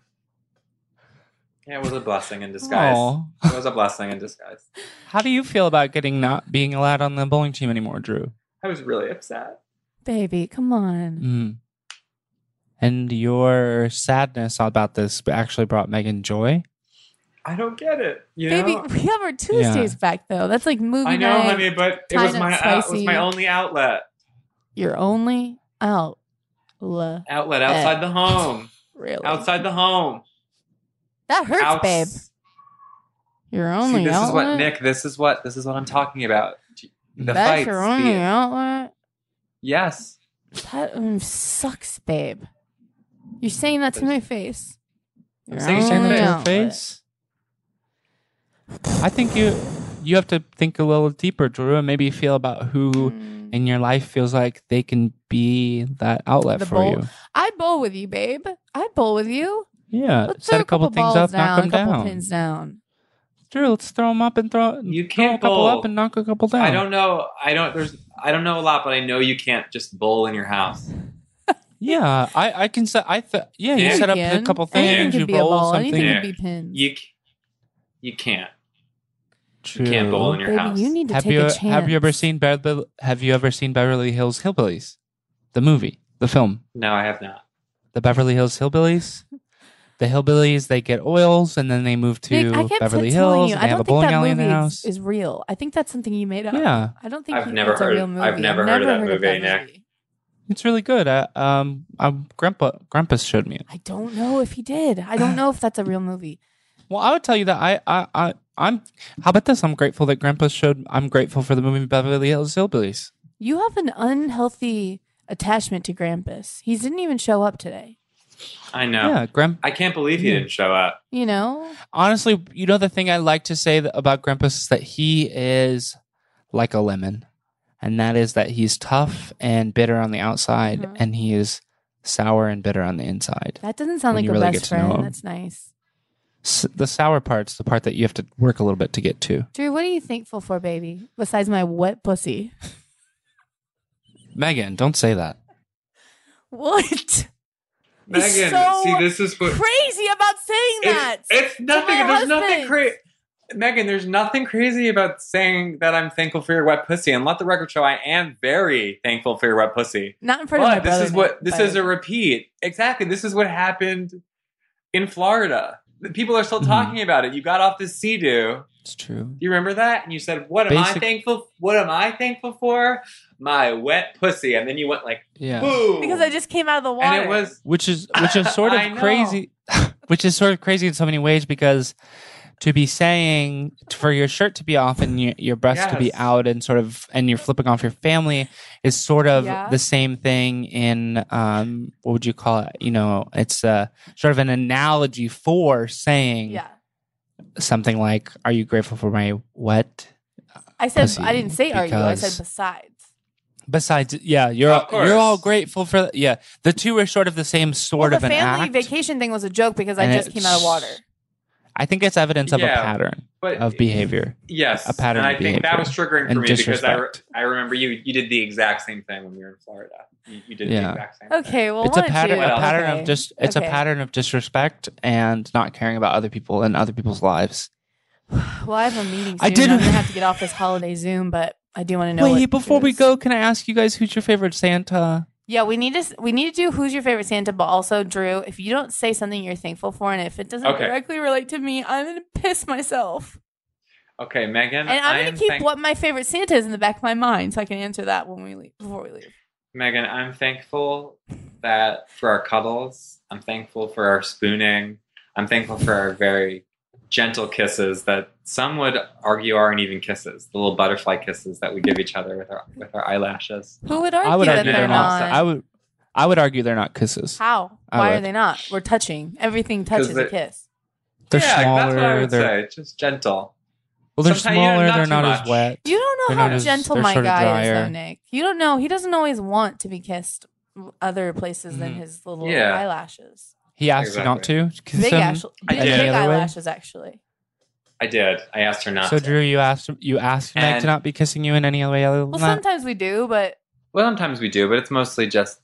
Speaker 4: Yeah, it was a blessing in disguise.
Speaker 2: Aw.
Speaker 4: It was a blessing in disguise.
Speaker 2: How do you feel about getting not being allowed on the bowling team anymore, Drew?
Speaker 4: I was really upset.
Speaker 3: Baby, come on.
Speaker 2: Mm. And your sadness about this actually brought Megan joy.
Speaker 4: I don't get it. You
Speaker 3: Baby,
Speaker 4: know?
Speaker 3: we have our Tuesdays back though. That's like movie
Speaker 4: I know,
Speaker 3: night.
Speaker 4: honey, but it
Speaker 3: Thai
Speaker 4: was
Speaker 3: nut
Speaker 4: my out, it was
Speaker 3: spicy.
Speaker 4: my only outlet.
Speaker 3: You're only out. La,
Speaker 4: Outlet outside the home.
Speaker 3: really?
Speaker 4: Outside the home.
Speaker 3: That hurts,
Speaker 4: Outs-
Speaker 3: babe. You're only
Speaker 4: See, this
Speaker 3: outlet.
Speaker 4: is what Nick. This is what this is what I'm talking about. The
Speaker 3: That's
Speaker 4: fights.
Speaker 3: your only
Speaker 4: the-
Speaker 3: outlet.
Speaker 4: yes.
Speaker 3: That um, sucks, babe. You're saying that to my face.
Speaker 4: I'm
Speaker 3: You're
Speaker 4: saying it to your
Speaker 3: only
Speaker 4: face.
Speaker 3: outlet.
Speaker 2: face. I think you you have to think a little deeper, Drew, and maybe feel about who
Speaker 3: Mm.
Speaker 2: in your life feels like they can be that outlet
Speaker 3: The
Speaker 2: for
Speaker 3: bowl-
Speaker 2: you.
Speaker 3: I bowl with you, babe. I bowl with you.
Speaker 2: Yeah,
Speaker 3: Let's
Speaker 2: Uh, set
Speaker 3: throw
Speaker 2: a couple, things
Speaker 3: balls
Speaker 2: up,
Speaker 3: down,
Speaker 2: knock them
Speaker 3: couple
Speaker 2: down.
Speaker 3: pins down.
Speaker 2: Drew, let's throw them up and throw.
Speaker 4: You
Speaker 2: throw
Speaker 4: can't
Speaker 2: a couple
Speaker 4: bowl.
Speaker 2: up and knock a couple down.
Speaker 4: I don't know. I don't. There's. I don't know a lot, but I know you can't just bowl in your house.
Speaker 2: Yeah, I I can set. I th- yeah, you
Speaker 4: Yeah.
Speaker 2: set up a
Speaker 3: Again,
Speaker 2: couple
Speaker 3: Anything
Speaker 2: things.
Speaker 3: could
Speaker 2: You
Speaker 3: be a
Speaker 2: roll
Speaker 3: ball.
Speaker 2: something.
Speaker 3: Anything
Speaker 4: Yeah.
Speaker 3: could be pins.
Speaker 4: You. c- You can't.
Speaker 2: True.
Speaker 4: You can't bowl in your
Speaker 3: baby,
Speaker 4: house.
Speaker 3: you need to
Speaker 2: have
Speaker 3: take
Speaker 2: you
Speaker 3: a chance.
Speaker 2: have you ever seen Beverly, Have you ever seen Beverly Hills Hillbillies, the movie, the film,
Speaker 4: no, I have not.
Speaker 2: the Beverly Hills Hillbillies? The hillbillies they get oils and then they move to
Speaker 3: Nick, I kept
Speaker 2: Beverly
Speaker 3: telling
Speaker 2: Hills
Speaker 3: you,
Speaker 2: and
Speaker 3: I
Speaker 2: they have a
Speaker 3: don't
Speaker 2: bowling
Speaker 3: think that
Speaker 2: alley in
Speaker 3: movie
Speaker 2: their
Speaker 3: is,
Speaker 2: house.
Speaker 3: is real. I think that's something you made up.
Speaker 2: yeah,
Speaker 3: I don't think
Speaker 4: I've
Speaker 3: you-
Speaker 4: never
Speaker 3: it's a
Speaker 4: heard-
Speaker 3: real movie.
Speaker 4: I've never heard of that movie, Nick.
Speaker 3: movie.
Speaker 2: it's really good. I, um, I, grandpa grandpa showed me it.
Speaker 3: I don't know if he did. I don't know if that's a real movie.
Speaker 2: Well, I would tell you that I, I, I, I'm. How about this? I'm grateful that Grandpa showed. I'm grateful for the movie Beverly Hills Hillbillies.
Speaker 3: You have an unhealthy attachment to Grampus. He didn't even show up today.
Speaker 4: I know.
Speaker 2: Yeah, Grand.
Speaker 4: I can't believe he
Speaker 2: Yeah.
Speaker 4: didn't show up.
Speaker 3: You know?
Speaker 2: Honestly, you know the thing I like to say that, about Grampus is that he is like a lemon, and that is that he's tough and bitter on the outside,
Speaker 3: Mhm.
Speaker 2: and he is sour and bitter on the inside.
Speaker 3: That doesn't sound
Speaker 2: When
Speaker 3: like
Speaker 2: you
Speaker 3: a
Speaker 2: really get
Speaker 3: best
Speaker 2: to know
Speaker 3: friend.
Speaker 2: him.
Speaker 3: That's nice.
Speaker 2: S- the sour part's the part that you have to work a little bit to get to.
Speaker 3: Drew, what are you thankful for, baby? Besides my wet pussy.
Speaker 2: Megan, don't say that.
Speaker 3: What? He's
Speaker 4: Megan,
Speaker 3: so
Speaker 4: see, this is what
Speaker 3: Crazy about saying that.
Speaker 4: it's, it's nothing.
Speaker 3: my
Speaker 4: There's nothing
Speaker 3: husband.
Speaker 4: crazy. Megan, there's nothing crazy about saying that I'm thankful for your wet pussy. And let the record show, I am very thankful for your wet pussy.
Speaker 3: Not in front of my
Speaker 4: But this
Speaker 3: brother,
Speaker 4: is what
Speaker 3: Nick,
Speaker 4: this
Speaker 3: but-
Speaker 4: is a repeat. Exactly. This is what happened in Florida. The People are still
Speaker 2: Mhm.
Speaker 4: talking about it. You got off the sea do.
Speaker 2: It's true.
Speaker 4: You remember that? And you said, "What am I
Speaker 2: Basic-
Speaker 4: thankful? What am I thankful for? My wet pussy." And then you went like,
Speaker 2: Yeah.
Speaker 4: "Boom!"
Speaker 3: because I just came out of the water.
Speaker 4: and it was
Speaker 2: which is which is sort
Speaker 4: I
Speaker 2: of
Speaker 4: know.
Speaker 2: crazy which is sort of crazy in so many ways because to be saying for your shirt to be off and your, your breast to be
Speaker 4: Yes.
Speaker 2: out and sort of and you're flipping off your family is sort of
Speaker 3: Yeah.
Speaker 2: the same thing in um what would you call it you know it's uh sort of an analogy for saying
Speaker 3: Yeah.
Speaker 2: something like are you grateful for my wet
Speaker 3: I said
Speaker 2: Pussy,
Speaker 3: I didn't say are you. I said
Speaker 2: because-
Speaker 3: besides.
Speaker 2: besides yeah you're
Speaker 4: Of course.
Speaker 2: you're all grateful for yeah the two are sort of the same sort
Speaker 3: well,
Speaker 2: of
Speaker 3: the
Speaker 2: an
Speaker 3: family
Speaker 2: act
Speaker 3: vacation thing was a joke because I
Speaker 2: And
Speaker 3: just came out of
Speaker 2: it's-
Speaker 3: water.
Speaker 2: i think it's evidence of a
Speaker 4: Yeah,
Speaker 2: pattern
Speaker 4: but
Speaker 2: of behavior
Speaker 4: Yes,
Speaker 2: a pattern
Speaker 4: And I
Speaker 2: of
Speaker 4: think that
Speaker 2: behavior
Speaker 4: was triggering for
Speaker 2: and
Speaker 4: me because
Speaker 2: disrespect.
Speaker 4: I, re- I remember you you did the exact same thing when we were in Florida. You, you did the
Speaker 2: Yeah.
Speaker 4: exact same. Thing.
Speaker 3: Okay, well,
Speaker 2: it's a
Speaker 3: why don't
Speaker 2: pattern
Speaker 3: you-
Speaker 2: a pattern
Speaker 3: okay.
Speaker 2: of just it's
Speaker 3: Okay.
Speaker 2: a pattern of disrespect and not caring about other people and other people's lives.
Speaker 3: Well, I have a meeting. Soon.
Speaker 2: I did-
Speaker 3: I'm gonna have to get off this holiday Zoom, but I do want to know.
Speaker 2: Wait,
Speaker 3: what
Speaker 2: before we
Speaker 3: Drew's-
Speaker 2: go, can I ask you guys who's your favorite Santa?
Speaker 3: yeah, we need to s- we need to do who's your favorite Santa, but also Drew. If you don't say something you're thankful for, and if it doesn't
Speaker 4: Okay.
Speaker 3: directly relate to me, I'm gonna piss myself.
Speaker 4: Okay, Megan.
Speaker 3: And
Speaker 4: I
Speaker 3: I'm
Speaker 4: am
Speaker 3: gonna keep
Speaker 4: thank-
Speaker 3: what my favorite Santa is in the back of my mind, so I can answer that when we leave before we leave.
Speaker 4: Megan, I'm thankful that for our cuddles. I'm thankful for our spooning. I'm thankful for our very gentle kisses that some would argue aren't even kisses, the little butterfly kisses that we give each other with our with our eyelashes.
Speaker 3: Who would argue,
Speaker 2: I would
Speaker 3: that
Speaker 2: argue
Speaker 3: they're
Speaker 2: they're not.
Speaker 3: not?
Speaker 2: I would. I would argue they're not kisses.
Speaker 3: How?
Speaker 2: I
Speaker 3: Why are
Speaker 2: would.
Speaker 3: they not? We're touching. Everything
Speaker 4: 'Cause
Speaker 3: touches
Speaker 4: they're-
Speaker 3: a kiss.
Speaker 2: They're
Speaker 4: yeah,
Speaker 2: smaller.
Speaker 4: that's what I would
Speaker 2: they're
Speaker 4: say. Just gentle.
Speaker 2: well, they're
Speaker 4: Sometimes, you know,
Speaker 2: smaller.
Speaker 4: not
Speaker 2: they're
Speaker 4: too
Speaker 2: not as
Speaker 4: much.
Speaker 2: wet.
Speaker 3: You don't
Speaker 2: They're
Speaker 3: know
Speaker 2: not
Speaker 3: how
Speaker 2: as-
Speaker 3: gentle
Speaker 2: they're
Speaker 3: my
Speaker 2: sort of
Speaker 3: guy is, though,
Speaker 2: drier.
Speaker 3: Nick. You don't know. He doesn't always want to be kissed other places than
Speaker 2: Mhm.
Speaker 3: his little
Speaker 4: Mm. Yeah.
Speaker 3: eyelashes.
Speaker 2: He asked you not to. Kiss
Speaker 3: Big,
Speaker 2: him.
Speaker 3: ash-
Speaker 4: I
Speaker 3: big,
Speaker 4: did.
Speaker 3: big
Speaker 2: The other way?
Speaker 3: eyelashes, actually.
Speaker 4: I did. I asked her not
Speaker 2: So
Speaker 4: to.
Speaker 2: Drew, you asked you asked Nick
Speaker 4: And-
Speaker 2: to not be kissing you in any way other than
Speaker 3: Well,
Speaker 2: that.
Speaker 3: sometimes we do, but
Speaker 4: well, sometimes we do, but it's mostly just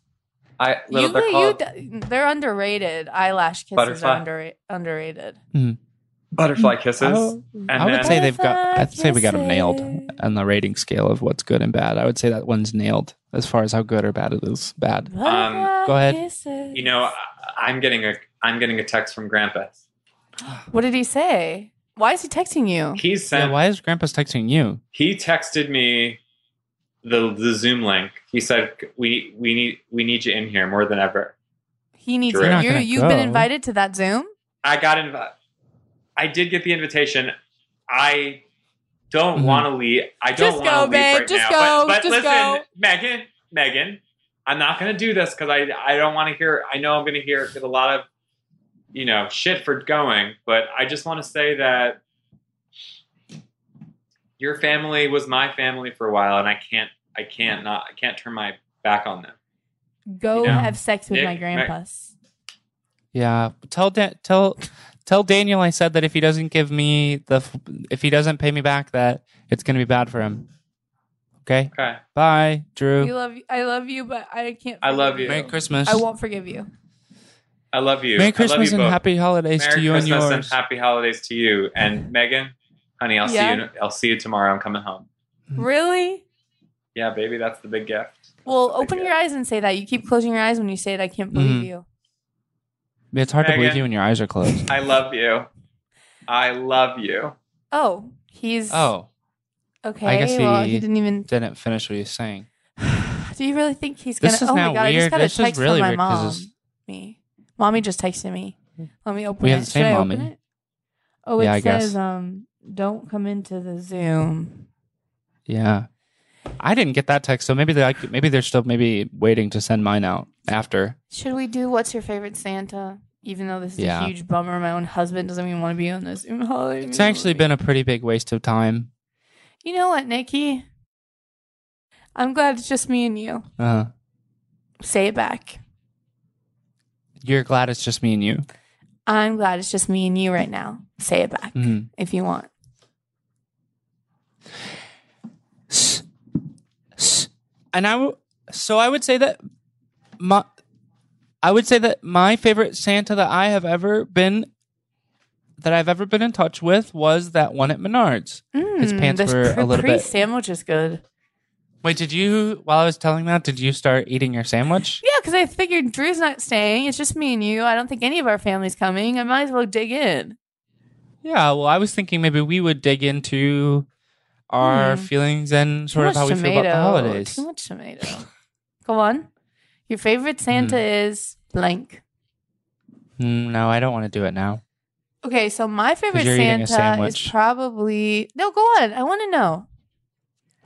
Speaker 4: I little
Speaker 3: you,
Speaker 4: they're
Speaker 3: you,
Speaker 4: called
Speaker 3: d- they're underrated. Eyelash kisses
Speaker 4: Butterfly.
Speaker 3: are under, underrated.
Speaker 4: butterfly kisses.
Speaker 2: I would-
Speaker 4: and
Speaker 2: Oh, I
Speaker 4: then
Speaker 2: would say they've got.
Speaker 3: Butterfly
Speaker 2: I'd say we got them nailed
Speaker 3: kisses.
Speaker 2: on the rating scale of what's good and bad. I would say that one's nailed as far as how good or bad it is. Bad.
Speaker 3: Butterfly
Speaker 2: go ahead.
Speaker 3: kisses.
Speaker 4: Um, you know, I, I'm getting a I'm getting a text from Grandpa.
Speaker 3: What did he say? Why is he texting you?
Speaker 4: He
Speaker 2: Yeah,
Speaker 4: sent
Speaker 2: why is Grandpa's texting you?
Speaker 4: he texted me the the Zoom link. He said we we need we need you in here more than ever.
Speaker 3: He needs
Speaker 4: You're
Speaker 3: you.
Speaker 4: not
Speaker 3: You're,
Speaker 2: gonna
Speaker 3: you've been
Speaker 2: go.
Speaker 3: invited to that Zoom.
Speaker 4: I got invited. I did get the invitation. I don't
Speaker 2: Mhm.
Speaker 4: want to leave. I don't
Speaker 3: Just
Speaker 4: want to
Speaker 3: go,
Speaker 4: leave
Speaker 3: babe.
Speaker 4: right
Speaker 3: Just
Speaker 4: now.
Speaker 3: go.
Speaker 4: But, but
Speaker 3: Just
Speaker 4: listen,
Speaker 3: go.
Speaker 4: Megan, Megan, I'm not going to do this because I I don't want to hear. I know I'm going to hear get a lot of you know shit for going, but I just want to say that your family was my family for a while, and I can't I can't not I can't turn my back on them.
Speaker 3: Go
Speaker 4: You know,
Speaker 3: have sex with
Speaker 4: Nick,
Speaker 3: my
Speaker 4: Nick.
Speaker 3: grandpas.
Speaker 2: Yeah, tell Dan- tell tell Daniel I said that if he doesn't give me the f- if he doesn't pay me back that it's gonna be bad for him. Okay,
Speaker 4: Okay,
Speaker 2: bye,
Speaker 3: You
Speaker 2: Drew.
Speaker 3: love you. I love you, but I can't.
Speaker 4: I love
Speaker 3: forgive
Speaker 4: you.
Speaker 2: Merry Christmas.
Speaker 3: I won't forgive you.
Speaker 4: I love you.
Speaker 2: Merry
Speaker 4: I love
Speaker 2: Christmas
Speaker 4: you
Speaker 2: and
Speaker 4: both.
Speaker 2: happy holidays
Speaker 4: Merry
Speaker 2: to you
Speaker 4: Christmas
Speaker 2: and
Speaker 4: and
Speaker 2: yours.
Speaker 4: happy holidays to you and Megan, honey. I'll
Speaker 3: Yeah.
Speaker 4: see you. I'll see you tomorrow. I'm coming home.
Speaker 3: Really?
Speaker 4: Yeah, baby, that's the big gift.
Speaker 3: Well,
Speaker 4: That's the big
Speaker 3: open
Speaker 4: gift.
Speaker 3: your eyes and say that. You keep closing your eyes when you say it. I can't believe
Speaker 2: Mhm.
Speaker 3: you.
Speaker 2: it's hard to believe
Speaker 4: Megan.
Speaker 2: you when your eyes are closed.
Speaker 4: I love you. I love you.
Speaker 3: Oh, he's
Speaker 2: oh,
Speaker 3: okay.
Speaker 2: I guess
Speaker 3: well, he
Speaker 2: he-
Speaker 3: didn't even.
Speaker 2: didn't finish what he was saying.
Speaker 3: Do you really think he's gonna?
Speaker 2: This is
Speaker 3: oh my
Speaker 2: now
Speaker 3: god! I just
Speaker 2: weird.
Speaker 3: got
Speaker 2: This
Speaker 3: a
Speaker 2: is
Speaker 3: text
Speaker 2: really
Speaker 3: from my
Speaker 2: weird 'cause
Speaker 3: mom.
Speaker 2: it's-
Speaker 3: Me, mommy just texted me. Let me open
Speaker 2: We
Speaker 3: it.
Speaker 2: have the same
Speaker 3: Should I
Speaker 2: mommy.
Speaker 3: open it? Oh, it
Speaker 2: Yeah, I guess.
Speaker 3: says um, don't come into the Zoom.
Speaker 2: Yeah, I didn't get that text, so maybe they like maybe they're still maybe waiting to send mine out after.
Speaker 3: Should we do what's your favorite Santa? Even though this is
Speaker 2: Yeah.
Speaker 3: a huge bummer, my own husband doesn't even want to be on this Zoom holiday.
Speaker 2: It's actually
Speaker 3: movie.
Speaker 2: been a pretty big waste of time.
Speaker 3: You know what, Nikki? I'm glad it's just me and you.
Speaker 2: Uh,
Speaker 3: Say it back.
Speaker 2: you're glad it's just me and you.
Speaker 3: I'm glad it's just me and you right now. Say it back
Speaker 2: Mhm.
Speaker 3: if you want.
Speaker 2: S- s- and I w- so I would say that my I would say that my favorite Santa that I have ever been that I've ever been in touch with was that one at Menards. His
Speaker 3: Mm,
Speaker 2: pants
Speaker 3: this
Speaker 2: were a little
Speaker 3: Capri
Speaker 2: bit-
Speaker 3: sandwich is good.
Speaker 2: Wait, did you while I was telling that, did you start eating your sandwich?
Speaker 3: Yeah, because I figured Drew's not staying. It's just me and you. I don't think any of our family's coming. I might as well dig in.
Speaker 2: Yeah, well I was thinking maybe we would dig into our
Speaker 3: Hmm.
Speaker 2: feelings and sort
Speaker 3: Too
Speaker 2: of how
Speaker 3: much
Speaker 2: we feel about the
Speaker 3: tomato.
Speaker 2: holidays.
Speaker 3: Too much tomato. Go on. Your favorite Santa is blank.
Speaker 2: Mm, no, I don't want to do it now.
Speaker 3: Okay, so my favorite
Speaker 2: you're eating a
Speaker 3: Santa is
Speaker 2: sandwich.
Speaker 3: probably no. Go on. I want to know.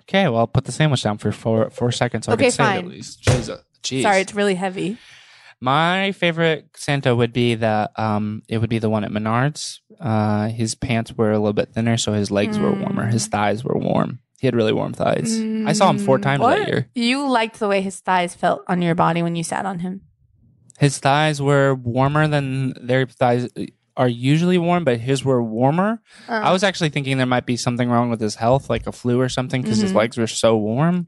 Speaker 2: Okay, well put the sandwich down for four four seconds so
Speaker 3: Okay,
Speaker 2: I can say it
Speaker 3: fine.
Speaker 2: at least. Jesus. Jeez.
Speaker 3: Sorry, it's really heavy.
Speaker 2: My favorite Santa would be the um it would be the one at Menards. Uh his pants were a little bit thinner, so his legs were warmer.
Speaker 3: Mm.
Speaker 2: His thighs were warm. He had really warm thighs. I saw him four
Speaker 3: Mm,
Speaker 2: times
Speaker 3: what?
Speaker 2: that year.
Speaker 3: You liked the way his thighs felt on your body when you sat on him.
Speaker 2: His thighs were warmer than their thighs are usually warm, but his were warmer.
Speaker 3: Uh,
Speaker 2: I was actually thinking there might be something wrong with his health, like a flu or something, because his
Speaker 3: Mhm.
Speaker 2: legs were so warm.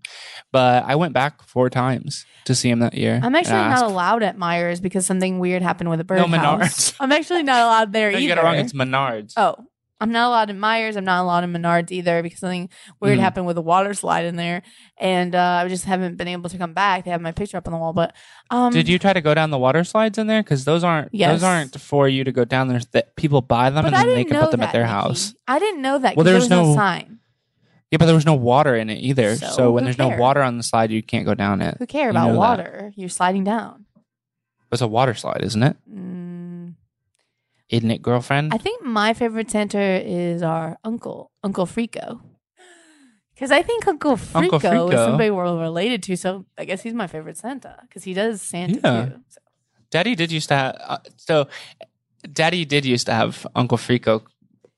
Speaker 2: But I went back four times to see him that year.
Speaker 3: I'm actually
Speaker 2: and I
Speaker 3: not
Speaker 2: asked-
Speaker 3: allowed at Myers because something weird happened with a bird.
Speaker 2: No, Menards.
Speaker 3: I'm actually not allowed there
Speaker 2: No,
Speaker 3: either.
Speaker 2: you got it wrong. It's Menards.
Speaker 3: oh, I'm not allowed in Myers. I'm not allowed in Menards either because something weird
Speaker 2: Mhm.
Speaker 3: happened with a water slide in there, and uh, I just haven't been able to come back. They have my picture up on the wall, but um,
Speaker 2: Did you try to go down the water slides in there? Because those aren't
Speaker 3: Yes.
Speaker 2: those aren't for you to go down there. That people buy them and
Speaker 3: But I
Speaker 2: then
Speaker 3: didn't
Speaker 2: they can
Speaker 3: know
Speaker 2: put them
Speaker 3: that,
Speaker 2: at their
Speaker 3: Nikki.
Speaker 2: house.
Speaker 3: I didn't know that.
Speaker 2: Well,
Speaker 3: 'cause there was no,
Speaker 2: no-
Speaker 3: sign.
Speaker 2: Yeah, but there was no water in it either.
Speaker 3: So,
Speaker 2: So,
Speaker 3: who
Speaker 2: when there's no
Speaker 3: cares?
Speaker 2: water on the slide, you can't go down it.
Speaker 3: Who care
Speaker 2: You
Speaker 3: about
Speaker 2: know that.
Speaker 3: water? You're sliding down.
Speaker 2: It's a water slide, isn't it?
Speaker 3: Mm.
Speaker 2: Isn't it, girlfriend?
Speaker 3: I think my favorite Santa is our uncle, Uncle Frico. Because I think Uncle Frico,
Speaker 2: Uncle
Speaker 3: is
Speaker 2: Frico.
Speaker 3: somebody we're all related to, so I guess he's my favorite Santa because he does Santa
Speaker 2: Yeah.
Speaker 3: too. So.
Speaker 2: Daddy did used to have. Uh, so, Daddy did used to have Uncle Frico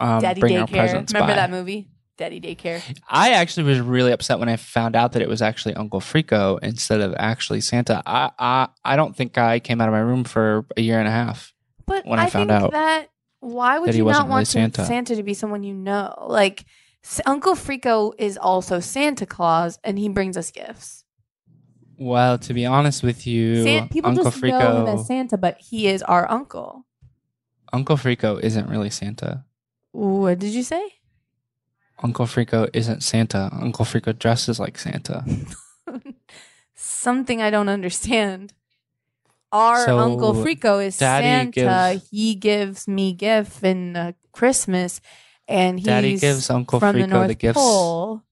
Speaker 2: um,
Speaker 3: Daddy
Speaker 2: bring our
Speaker 3: Daycare.
Speaker 2: presents
Speaker 3: Remember
Speaker 2: by.
Speaker 3: that movie? Daddy Daycare.
Speaker 2: I actually was really upset when I found out that it was actually Uncle Frico instead of actually Santa. I I, I don't think I came out of my room for a year and a half.
Speaker 3: But
Speaker 2: when I
Speaker 3: I,
Speaker 2: found
Speaker 3: think
Speaker 2: out
Speaker 3: that why would
Speaker 2: that he
Speaker 3: you
Speaker 2: wasn't
Speaker 3: not
Speaker 2: really
Speaker 3: want
Speaker 2: Santa.
Speaker 3: Santa. Santa to be someone you know? Like S- Uncle Frico is also Santa Claus, and he brings us gifts.
Speaker 2: Well, to be honest with you,
Speaker 3: San- people
Speaker 2: Uncle
Speaker 3: just know him as
Speaker 2: Frico,
Speaker 3: Santa, but he is our uncle.
Speaker 2: Uncle Frico isn't really Santa.
Speaker 3: What did you say?
Speaker 2: Uncle Frico isn't Santa. Uncle Frico dresses like Santa.
Speaker 3: Something I don't understand. Our
Speaker 2: So,
Speaker 3: Uncle Frico is
Speaker 2: Daddy
Speaker 3: Santa.
Speaker 2: gives-
Speaker 3: he gives me gift in uh, Christmas, and he's
Speaker 2: Daddy gives Uncle
Speaker 3: from the
Speaker 2: Frico the,
Speaker 3: North
Speaker 2: gifts.
Speaker 3: Pole.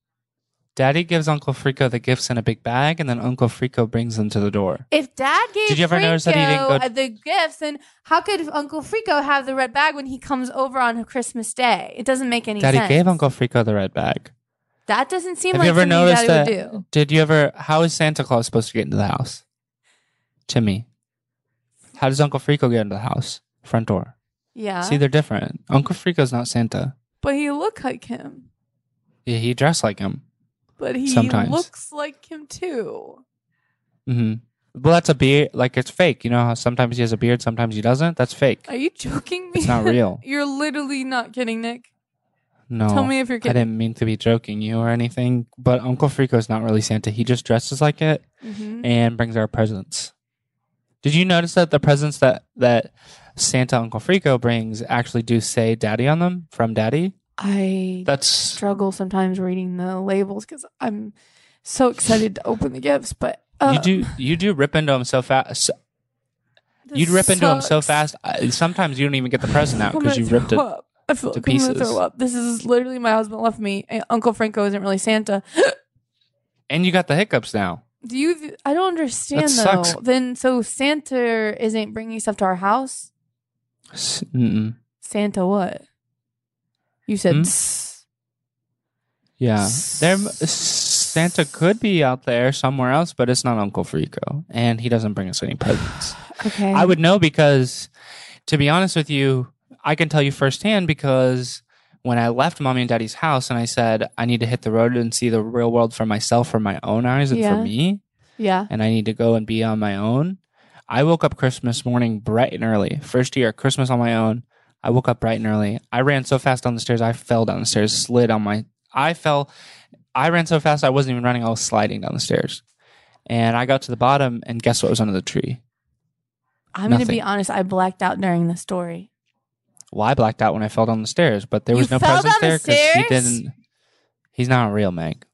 Speaker 2: Daddy gives Uncle Frico the gifts in a big bag, and then Uncle Frico brings them to the door.
Speaker 3: If Dad gave
Speaker 2: Did you ever
Speaker 3: Frico
Speaker 2: notice that he didn't go-
Speaker 3: uh, the gifts, then how could Uncle Frico have the red bag when he comes over on Christmas Day? It doesn't make any
Speaker 2: Daddy
Speaker 3: sense.
Speaker 2: gave Uncle Frico the red bag.
Speaker 3: That doesn't seem
Speaker 2: Have
Speaker 3: like
Speaker 2: you ever
Speaker 3: something
Speaker 2: noticed
Speaker 3: Daddy
Speaker 2: that?
Speaker 3: would do.
Speaker 2: Did you ever? How is Santa Claus supposed to get into the house? To me, how does Uncle Frico get into the house? Front door.
Speaker 3: Yeah,
Speaker 2: See, they're different. Uncle Frico's not Santa.
Speaker 3: but he looked like him.
Speaker 2: Yeah, he dressed like him.
Speaker 3: But he
Speaker 2: Sometimes.
Speaker 3: looks like him too.
Speaker 2: hmm Well, that's a beard. Like it's fake. You know how sometimes he has a beard, sometimes he doesn't. That's fake.
Speaker 3: Are you joking me?
Speaker 2: It's not real.
Speaker 3: You're literally not kidding, Nick.
Speaker 2: No.
Speaker 3: Tell me if you're
Speaker 2: I
Speaker 3: kidding.
Speaker 2: didn't mean to be joking you or anything, but Uncle Frico's not really Santa. He just dresses like it.
Speaker 3: Mhm.
Speaker 2: and brings our presents. Did you notice that the presents that that Santa Uncle Frico brings actually do say "Daddy" on them from Daddy?
Speaker 3: I
Speaker 2: That's
Speaker 3: struggle sometimes reading the labels because I'm so excited to open the gifts, but um,
Speaker 2: you do you do rip into them so fast.
Speaker 3: this
Speaker 2: You rip into them so
Speaker 3: sucks. Oh
Speaker 2: fast. I, sometimes you don't even get the present out
Speaker 3: I'm
Speaker 2: because
Speaker 3: gonna
Speaker 2: you ripped
Speaker 3: throw
Speaker 2: it.
Speaker 3: Up. I feel
Speaker 2: to
Speaker 3: like I'm gonna
Speaker 2: pieces.
Speaker 3: throw up. This is literally my husband left me. and Uncle Franco isn't really Santa.
Speaker 2: and you got the hiccups now.
Speaker 3: Do you? th- I don't understand
Speaker 2: That
Speaker 3: though.
Speaker 2: sucks.
Speaker 3: Then so Santa isn't bringing stuff to our house.
Speaker 2: S- Mm-mm.
Speaker 3: Santa what? You said.
Speaker 2: Hmm?
Speaker 3: "S-"
Speaker 2: Yeah, there. Santa could be out there somewhere else, but it's not Uncle Frico, and he doesn't bring us any presents.
Speaker 3: Okay.
Speaker 2: I would know because, to be honest with you, I can tell you firsthand because when I left mommy and daddy's house and I said, I need to hit the road and see the real world for myself, for my own eyes and for
Speaker 3: Yeah.
Speaker 2: me,
Speaker 3: Yeah.
Speaker 2: and I need to go and be on my own. I woke up Christmas morning bright and early. First year, Christmas on my own. I woke up bright and early. I ran so fast down the stairs, I fell down the stairs, slid on my. I fell. I ran so fast, I wasn't even running. I was sliding down the stairs. And I got to the bottom, and guess what was under the tree?
Speaker 3: I'm gonna be
Speaker 2: nothing.
Speaker 3: honest. I blacked out during the story.
Speaker 2: Well, I blacked out when I fell down the stairs, but there
Speaker 3: You
Speaker 2: was no
Speaker 3: fell
Speaker 2: presence
Speaker 3: down
Speaker 2: there
Speaker 3: the
Speaker 2: he
Speaker 3: stairs?
Speaker 2: didn't. He's not real, Meg.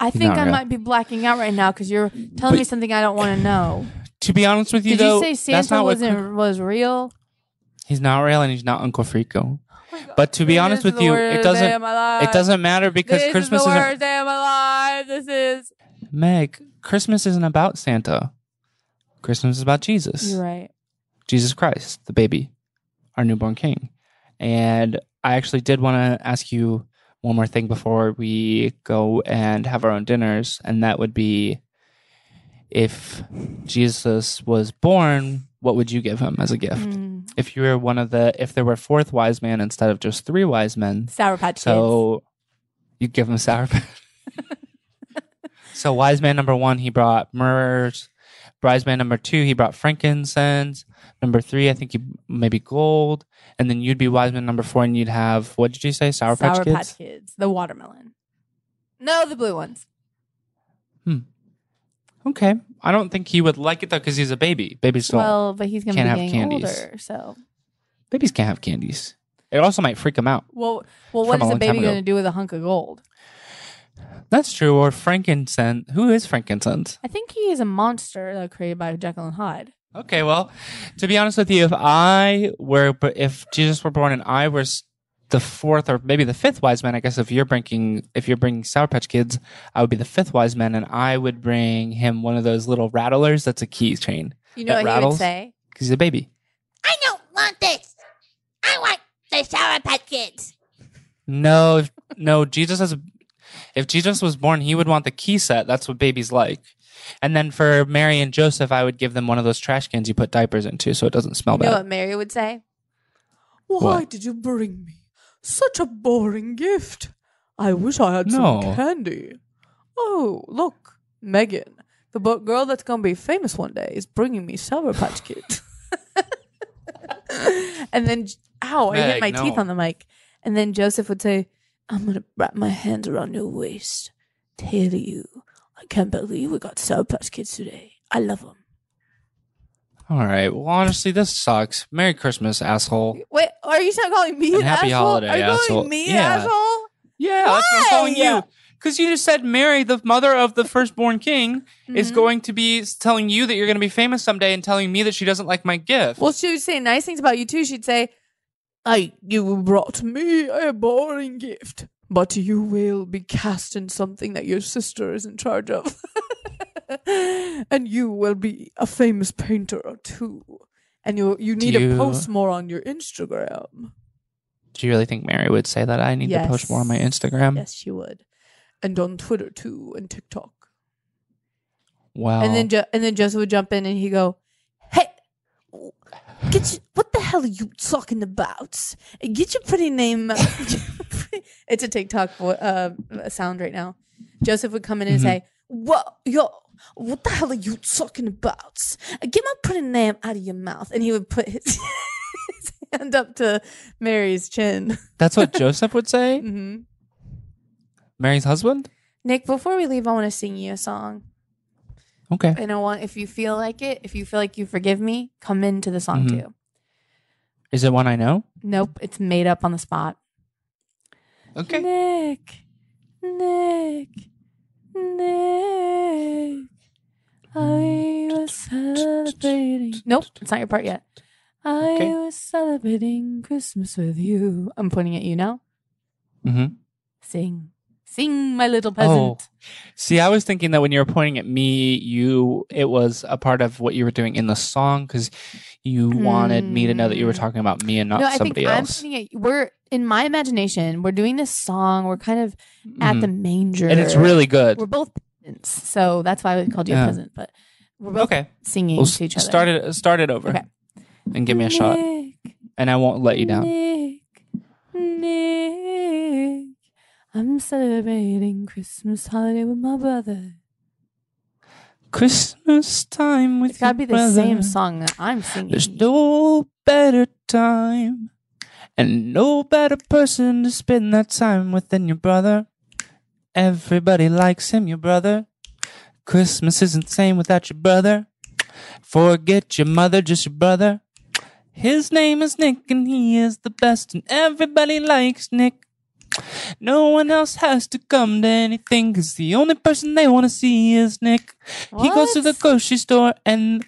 Speaker 3: I think
Speaker 2: not
Speaker 3: I
Speaker 2: real.
Speaker 3: might be blacking out right now because you're telling me something I don't want to know.
Speaker 2: To be honest with you,
Speaker 3: Did
Speaker 2: though,
Speaker 3: you say
Speaker 2: that's
Speaker 3: Santa
Speaker 2: not what.
Speaker 3: wasn't was real?
Speaker 2: He's not real, and he's not Uncle Frico.
Speaker 3: Oh my God.
Speaker 2: But to be
Speaker 3: This
Speaker 2: honest
Speaker 3: is
Speaker 2: with
Speaker 3: the
Speaker 2: you,
Speaker 3: worst
Speaker 2: it
Speaker 3: day of
Speaker 2: doesn't.
Speaker 3: my life.
Speaker 2: It doesn't matter because
Speaker 3: This
Speaker 2: Christmas
Speaker 3: is the
Speaker 2: not
Speaker 3: worst day of my life. This is.
Speaker 2: Meg. Christmas isn't about Santa. Christmas is about Jesus.
Speaker 3: You're right.
Speaker 2: Jesus Christ, the baby, our newborn king. And I actually did want to ask you one more thing before we go and have our own dinners, and that would be if Jesus was born, what would you give him as a gift?
Speaker 3: Mm.
Speaker 2: If you were one of the, if there were fourth wise man instead of just three wise men,
Speaker 3: Sour Patch Kids.
Speaker 2: so you'd give him sour patch. so wise man number one, he brought myrrhs. Wise man number two, he brought frankincense. Number three, I think he maybe gold. And then you'd be wise man number four, and you'd have what did you say? Sour, patch kids.
Speaker 3: The watermelon. No, the blue ones.
Speaker 2: Okay, I don't think he would like it though because he's a baby. Babies don't.
Speaker 3: well, but he's gonna
Speaker 2: can't have
Speaker 3: be getting
Speaker 2: candies.
Speaker 3: older. So,
Speaker 2: babies can't have candies. It also might freak him out.
Speaker 3: well, well,
Speaker 2: From a
Speaker 3: what is a
Speaker 2: long time
Speaker 3: baby
Speaker 2: ago.
Speaker 3: gonna do with a hunk of gold?
Speaker 2: That's true. Or frankincense. Who is frankincense?
Speaker 3: I think he is a monster that created by Jekyll and Hyde.
Speaker 2: Okay, well, to be honest with you, if I were, but if Jesus were born and I was the fourth or maybe the fifth wise man, I guess if you're bringing if you're bringing Sour Patch Kids, I would be the fifth wise man, and I would bring him one of those little rattlers that's a keychain
Speaker 3: You know
Speaker 2: That
Speaker 3: what he would
Speaker 2: rattles?
Speaker 3: say?
Speaker 2: because he's a baby.
Speaker 3: I know
Speaker 1: don't want this. I want the Sour Patch Kids.
Speaker 2: No, if, no, Jesus has. If Jesus was born, he would want the key set. That's what babies like. And then for Mary and Joseph, I would give them one of those trash cans you put diapers into so it doesn't smell
Speaker 3: You know
Speaker 2: bad.
Speaker 3: what Mary would say?
Speaker 5: Why
Speaker 2: What?
Speaker 5: did you bring me such a boring gift? I wish I had
Speaker 2: No.
Speaker 5: some candy. Oh, look, Megan, the bo- girl that's gonna be famous one day, is bringing me Sour Patch Kids.
Speaker 3: And then, ow, I
Speaker 2: Meg,
Speaker 3: hit my
Speaker 2: no.
Speaker 3: teeth on the mic. And then Joseph would say, I'm going to wrap my hands around your waist, tail you. I can't believe we got Sour Patch Kids today. I love them.
Speaker 2: All right. Well, honestly, this sucks. Merry Christmas, asshole.
Speaker 3: Wait, are you not calling me
Speaker 2: And
Speaker 3: an
Speaker 2: happy
Speaker 3: asshole?
Speaker 2: holiday,
Speaker 3: are you
Speaker 2: asshole.
Speaker 3: calling me an
Speaker 2: Yeah.
Speaker 3: asshole?
Speaker 2: Yeah, that's what I'm telling
Speaker 3: Why?
Speaker 2: you. Because you just said Mary, the mother of the firstborn king, is
Speaker 1: Mm-hmm.
Speaker 2: going to be telling you that you're going to be famous someday and telling me that she doesn't like my gift.
Speaker 3: Well, she would say nice things about you too. She'd say,
Speaker 5: I, you brought me a boring gift, but you will be cast in something that your sister is in charge of. and you will be a famous painter or two. And you you need
Speaker 2: you-
Speaker 5: to post more on your Instagram.
Speaker 2: Do you really think Mary would say that? I need to post more on my
Speaker 5: Yes.
Speaker 2: Instagram.
Speaker 5: Yes, she would. And on Twitter too, and TikTok.
Speaker 2: Wow.
Speaker 3: and then jo- and then Joseph would jump in and he'd go,
Speaker 5: Hey, get you, what the hell are you talking about?
Speaker 3: "Get your pretty name." it's a TikTok vo- uh, sound right now. Joseph would come in and
Speaker 2: Mhm.
Speaker 3: say,
Speaker 5: What yo? What the hell are you talking about?
Speaker 3: "Get my pretty name out of your mouth," and he would put his, his hand up to Mary's chin.
Speaker 2: That's what Joseph would say?
Speaker 3: hmm
Speaker 2: Mary's husband?
Speaker 3: Nick, before we leave, I want to sing you a song,
Speaker 2: Okay.
Speaker 3: and I want if you feel like it, if you feel like you forgive me, come into the song
Speaker 2: Mhm.
Speaker 3: too.
Speaker 2: Is it one I know?
Speaker 3: Nope, it's made up on the spot.
Speaker 2: Okay.
Speaker 3: Nick, Nick, Nick. I was celebrating. Nope, it's not your part yet. I
Speaker 2: Okay.
Speaker 3: was celebrating Christmas with you. I'm pointing at you now.
Speaker 2: hmm
Speaker 3: Sing, sing, my
Speaker 2: Oh,
Speaker 3: little peasant.
Speaker 2: See, I was thinking that when you were pointing at me, you it was a part of what you were doing in the song because you wanted me to know that you were
Speaker 3: Mm.
Speaker 2: talking about me and not
Speaker 3: no, I think
Speaker 2: somebody
Speaker 3: I'm
Speaker 2: else.
Speaker 3: pointing at. We're in my imagination. We're doing this song. We're kind of at
Speaker 2: Mhm.
Speaker 3: the manger,
Speaker 2: and it's really good.
Speaker 3: We're both peasants, so that's why we called you
Speaker 2: Yeah.
Speaker 3: a peasant. But we're both
Speaker 2: Okay.
Speaker 3: singing
Speaker 2: Well,
Speaker 3: to each other.
Speaker 2: start it. Start it over.
Speaker 3: Okay.
Speaker 2: And give me a shot,
Speaker 3: Nick,
Speaker 2: and I won't let you down.
Speaker 3: Nick, Nick, I'm celebrating Christmas holiday with my brother.
Speaker 2: Christmas time with
Speaker 3: It's gotta be
Speaker 2: your
Speaker 3: the same
Speaker 2: brother.
Speaker 3: song that I'm singing.
Speaker 2: There's no better time and no better person to spend that time with than your brother. Everybody likes him, your brother. Christmas isn't the same without your brother. Forget your mother, just your brother. His name is Nick and he is the best and everybody likes Nick. No one else has to come to anything because the only person they want to see is Nick. He goes to the
Speaker 3: What?
Speaker 2: grocery store and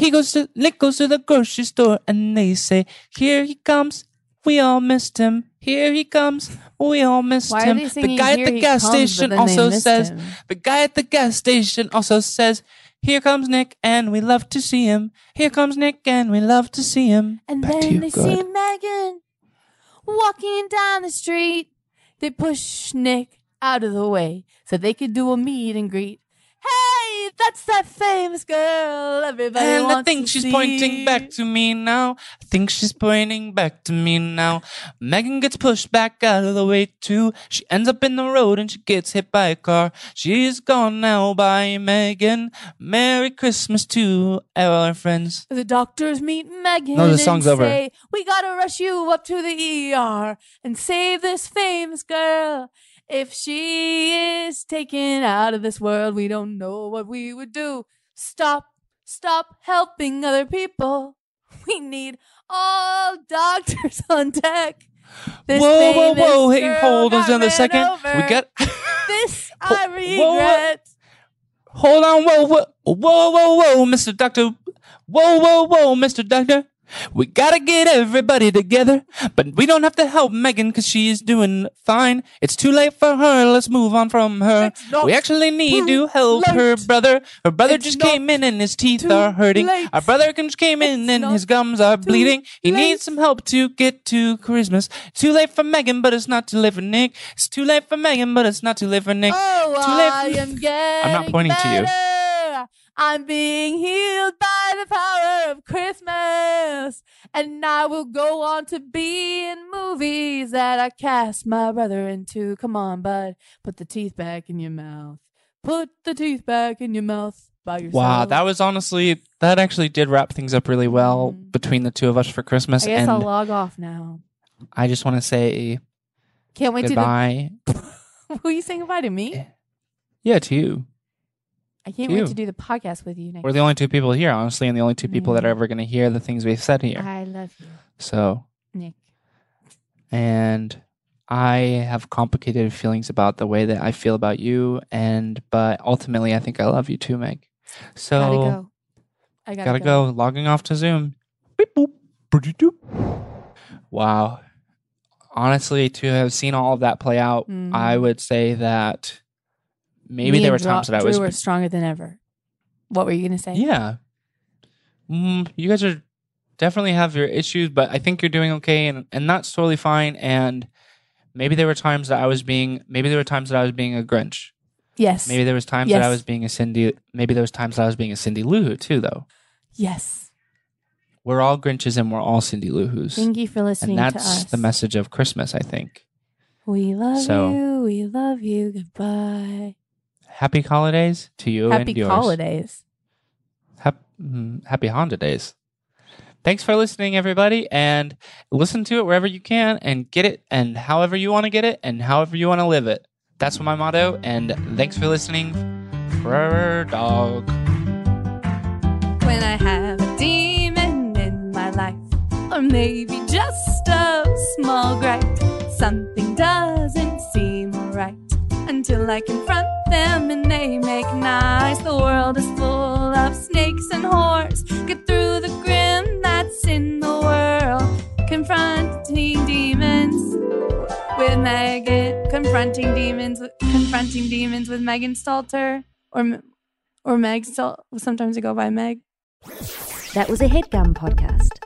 Speaker 2: he goes to Nick goes to the grocery store and they say, Here he comes. We all missed him. Here he comes. We all missed
Speaker 3: Why are
Speaker 2: him.
Speaker 3: they
Speaker 2: the
Speaker 3: singing
Speaker 2: guy
Speaker 3: "Here
Speaker 2: at the
Speaker 3: he
Speaker 2: gas
Speaker 3: comes," but
Speaker 2: station
Speaker 3: then they
Speaker 2: also
Speaker 3: missed
Speaker 2: says
Speaker 3: him?
Speaker 2: the guy at the gas station also says, Here comes Nick and we love to see him. Here comes Nick and we love to see him.
Speaker 3: And
Speaker 2: Back to
Speaker 3: then
Speaker 2: you,
Speaker 3: they
Speaker 2: good.
Speaker 3: see Megan walking down the street. They push Nick out of the way so they could do a meet and greet. Hey, that's that famous girl everybody
Speaker 2: and
Speaker 3: wants
Speaker 2: I think
Speaker 3: to
Speaker 2: she's
Speaker 3: see.
Speaker 2: pointing back to me now. I think she's pointing back to me now. Megan gets pushed back out of the way too. She ends up in the road and she gets hit by a car. She's gone now. Bye, Megan. Merry Christmas to all our friends.
Speaker 3: The doctors meet Megan.
Speaker 2: No, the
Speaker 3: and
Speaker 2: song's over.
Speaker 3: Say, we gotta rush you up to the ER and save this famous girl. If she is taken out of this world, we don't know what we would do. Stop, stop helping other people. We need all doctors on deck. This
Speaker 2: whoa, whoa,
Speaker 3: famous
Speaker 2: whoa! Hey,
Speaker 3: girl
Speaker 2: hold on
Speaker 3: got
Speaker 2: another
Speaker 3: ran
Speaker 2: second.
Speaker 3: over.
Speaker 2: We got.
Speaker 3: this.
Speaker 2: Ho-
Speaker 3: I
Speaker 2: whoa, whoa.
Speaker 3: regret.
Speaker 2: Hold on, whoa, whoa, whoa, whoa, whoa, Mr. Doctor. Whoa, whoa, whoa, Mr. Doctor. We gotta get everybody together, but we don't have to help Megan because she is doing fine. It's too late for her. Let's move on from her.
Speaker 3: It's not
Speaker 2: We actually need to
Speaker 3: too
Speaker 2: help her
Speaker 3: late.
Speaker 2: brother. Her brother
Speaker 3: It's
Speaker 2: just
Speaker 3: not
Speaker 2: came in and his teeth
Speaker 3: too
Speaker 2: are hurting.
Speaker 3: late.
Speaker 2: Our brother just came in
Speaker 3: It's
Speaker 2: and
Speaker 3: not
Speaker 2: his gums are bleeding. He
Speaker 3: late.
Speaker 2: needs some help to get to Christmas. Too late for Megan, but it's not too late for Nick. It's too late for Megan, but it's not too late for Nick.
Speaker 3: Oh,
Speaker 2: Too late.
Speaker 3: I am getting
Speaker 2: pointing to you.
Speaker 3: better. I'm being healed by the power of Christmas, and I will go on to be in movies that I cast my brother into. Come on, bud, put the teeth back in your mouth. Put the teeth back in your mouth by yourself.
Speaker 2: Wow, that was honestly that actually did wrap things up really well
Speaker 3: Mhm.
Speaker 2: between the two of us for Christmas.
Speaker 3: I guess
Speaker 2: and
Speaker 3: I'll log off now.
Speaker 2: I just want to say
Speaker 3: Can't wait
Speaker 2: goodbye.
Speaker 3: to. The- Will you say goodbye to me?
Speaker 2: Yeah, to you.
Speaker 3: I can't
Speaker 2: To you.
Speaker 3: wait to do the podcast with you next.
Speaker 2: We're the only two people here, honestly, and the only two people
Speaker 3: Mm-hmm.
Speaker 2: that are ever going to hear the things we've said here.
Speaker 3: I love you,
Speaker 2: So,
Speaker 3: Nick.
Speaker 2: and I have complicated feelings about the way that I feel about you, and but ultimately, I think I love you too, Meg. So,
Speaker 3: gotta go. I gotta,
Speaker 2: gotta
Speaker 3: go.
Speaker 2: go. Logging off to Zoom. Beep, boop, boop-de-doop. Wow. Honestly, to have seen all of that play out,
Speaker 3: Mhm.
Speaker 2: I would say that maybe
Speaker 3: Me
Speaker 2: there were
Speaker 3: and Dro-
Speaker 2: times that I
Speaker 3: Drew
Speaker 2: was.
Speaker 3: were stronger than ever. What were you gonna say?
Speaker 2: Yeah. Mm, you guys are definitely have your issues, but I think you're doing okay, and and that's totally fine. And maybe there were times that I was being. Maybe there were times that I was being a Grinch.
Speaker 3: Yes.
Speaker 2: Maybe there was times that I
Speaker 3: Yes.
Speaker 2: was being a Cindy. Maybe there was times that I was being a Cindy Lou Who too, though.
Speaker 3: Yes.
Speaker 2: We're all Grinches and we're all Cindy Lou Who's.
Speaker 3: Thank you for listening
Speaker 2: and
Speaker 3: to us.
Speaker 2: that's the message of Christmas, I think.
Speaker 3: We love
Speaker 2: So-
Speaker 3: you. We love you. Goodbye.
Speaker 2: Happy holidays to you
Speaker 3: Happy
Speaker 2: and yours.
Speaker 3: holidays.
Speaker 2: Hap- mm, happy Honda days. Thanks for listening, everybody, and listen to it wherever you can, and get it, and however you want to get it, and however you want to live it. That's my motto. And thanks for listening, Forever Dog.
Speaker 3: When I have a demon in my life, or maybe just a small gripe, something doesn't seem right until I confront them and they make nice. The world is full of snakes and whores. Get through the grim that's in the world. Confronting demons with Megan. Confronting demons. with- Confronting demons with Megan Stalter or. M- or Meg. Still, sometimes I go by Meg.
Speaker 6: That was a headgum podcast.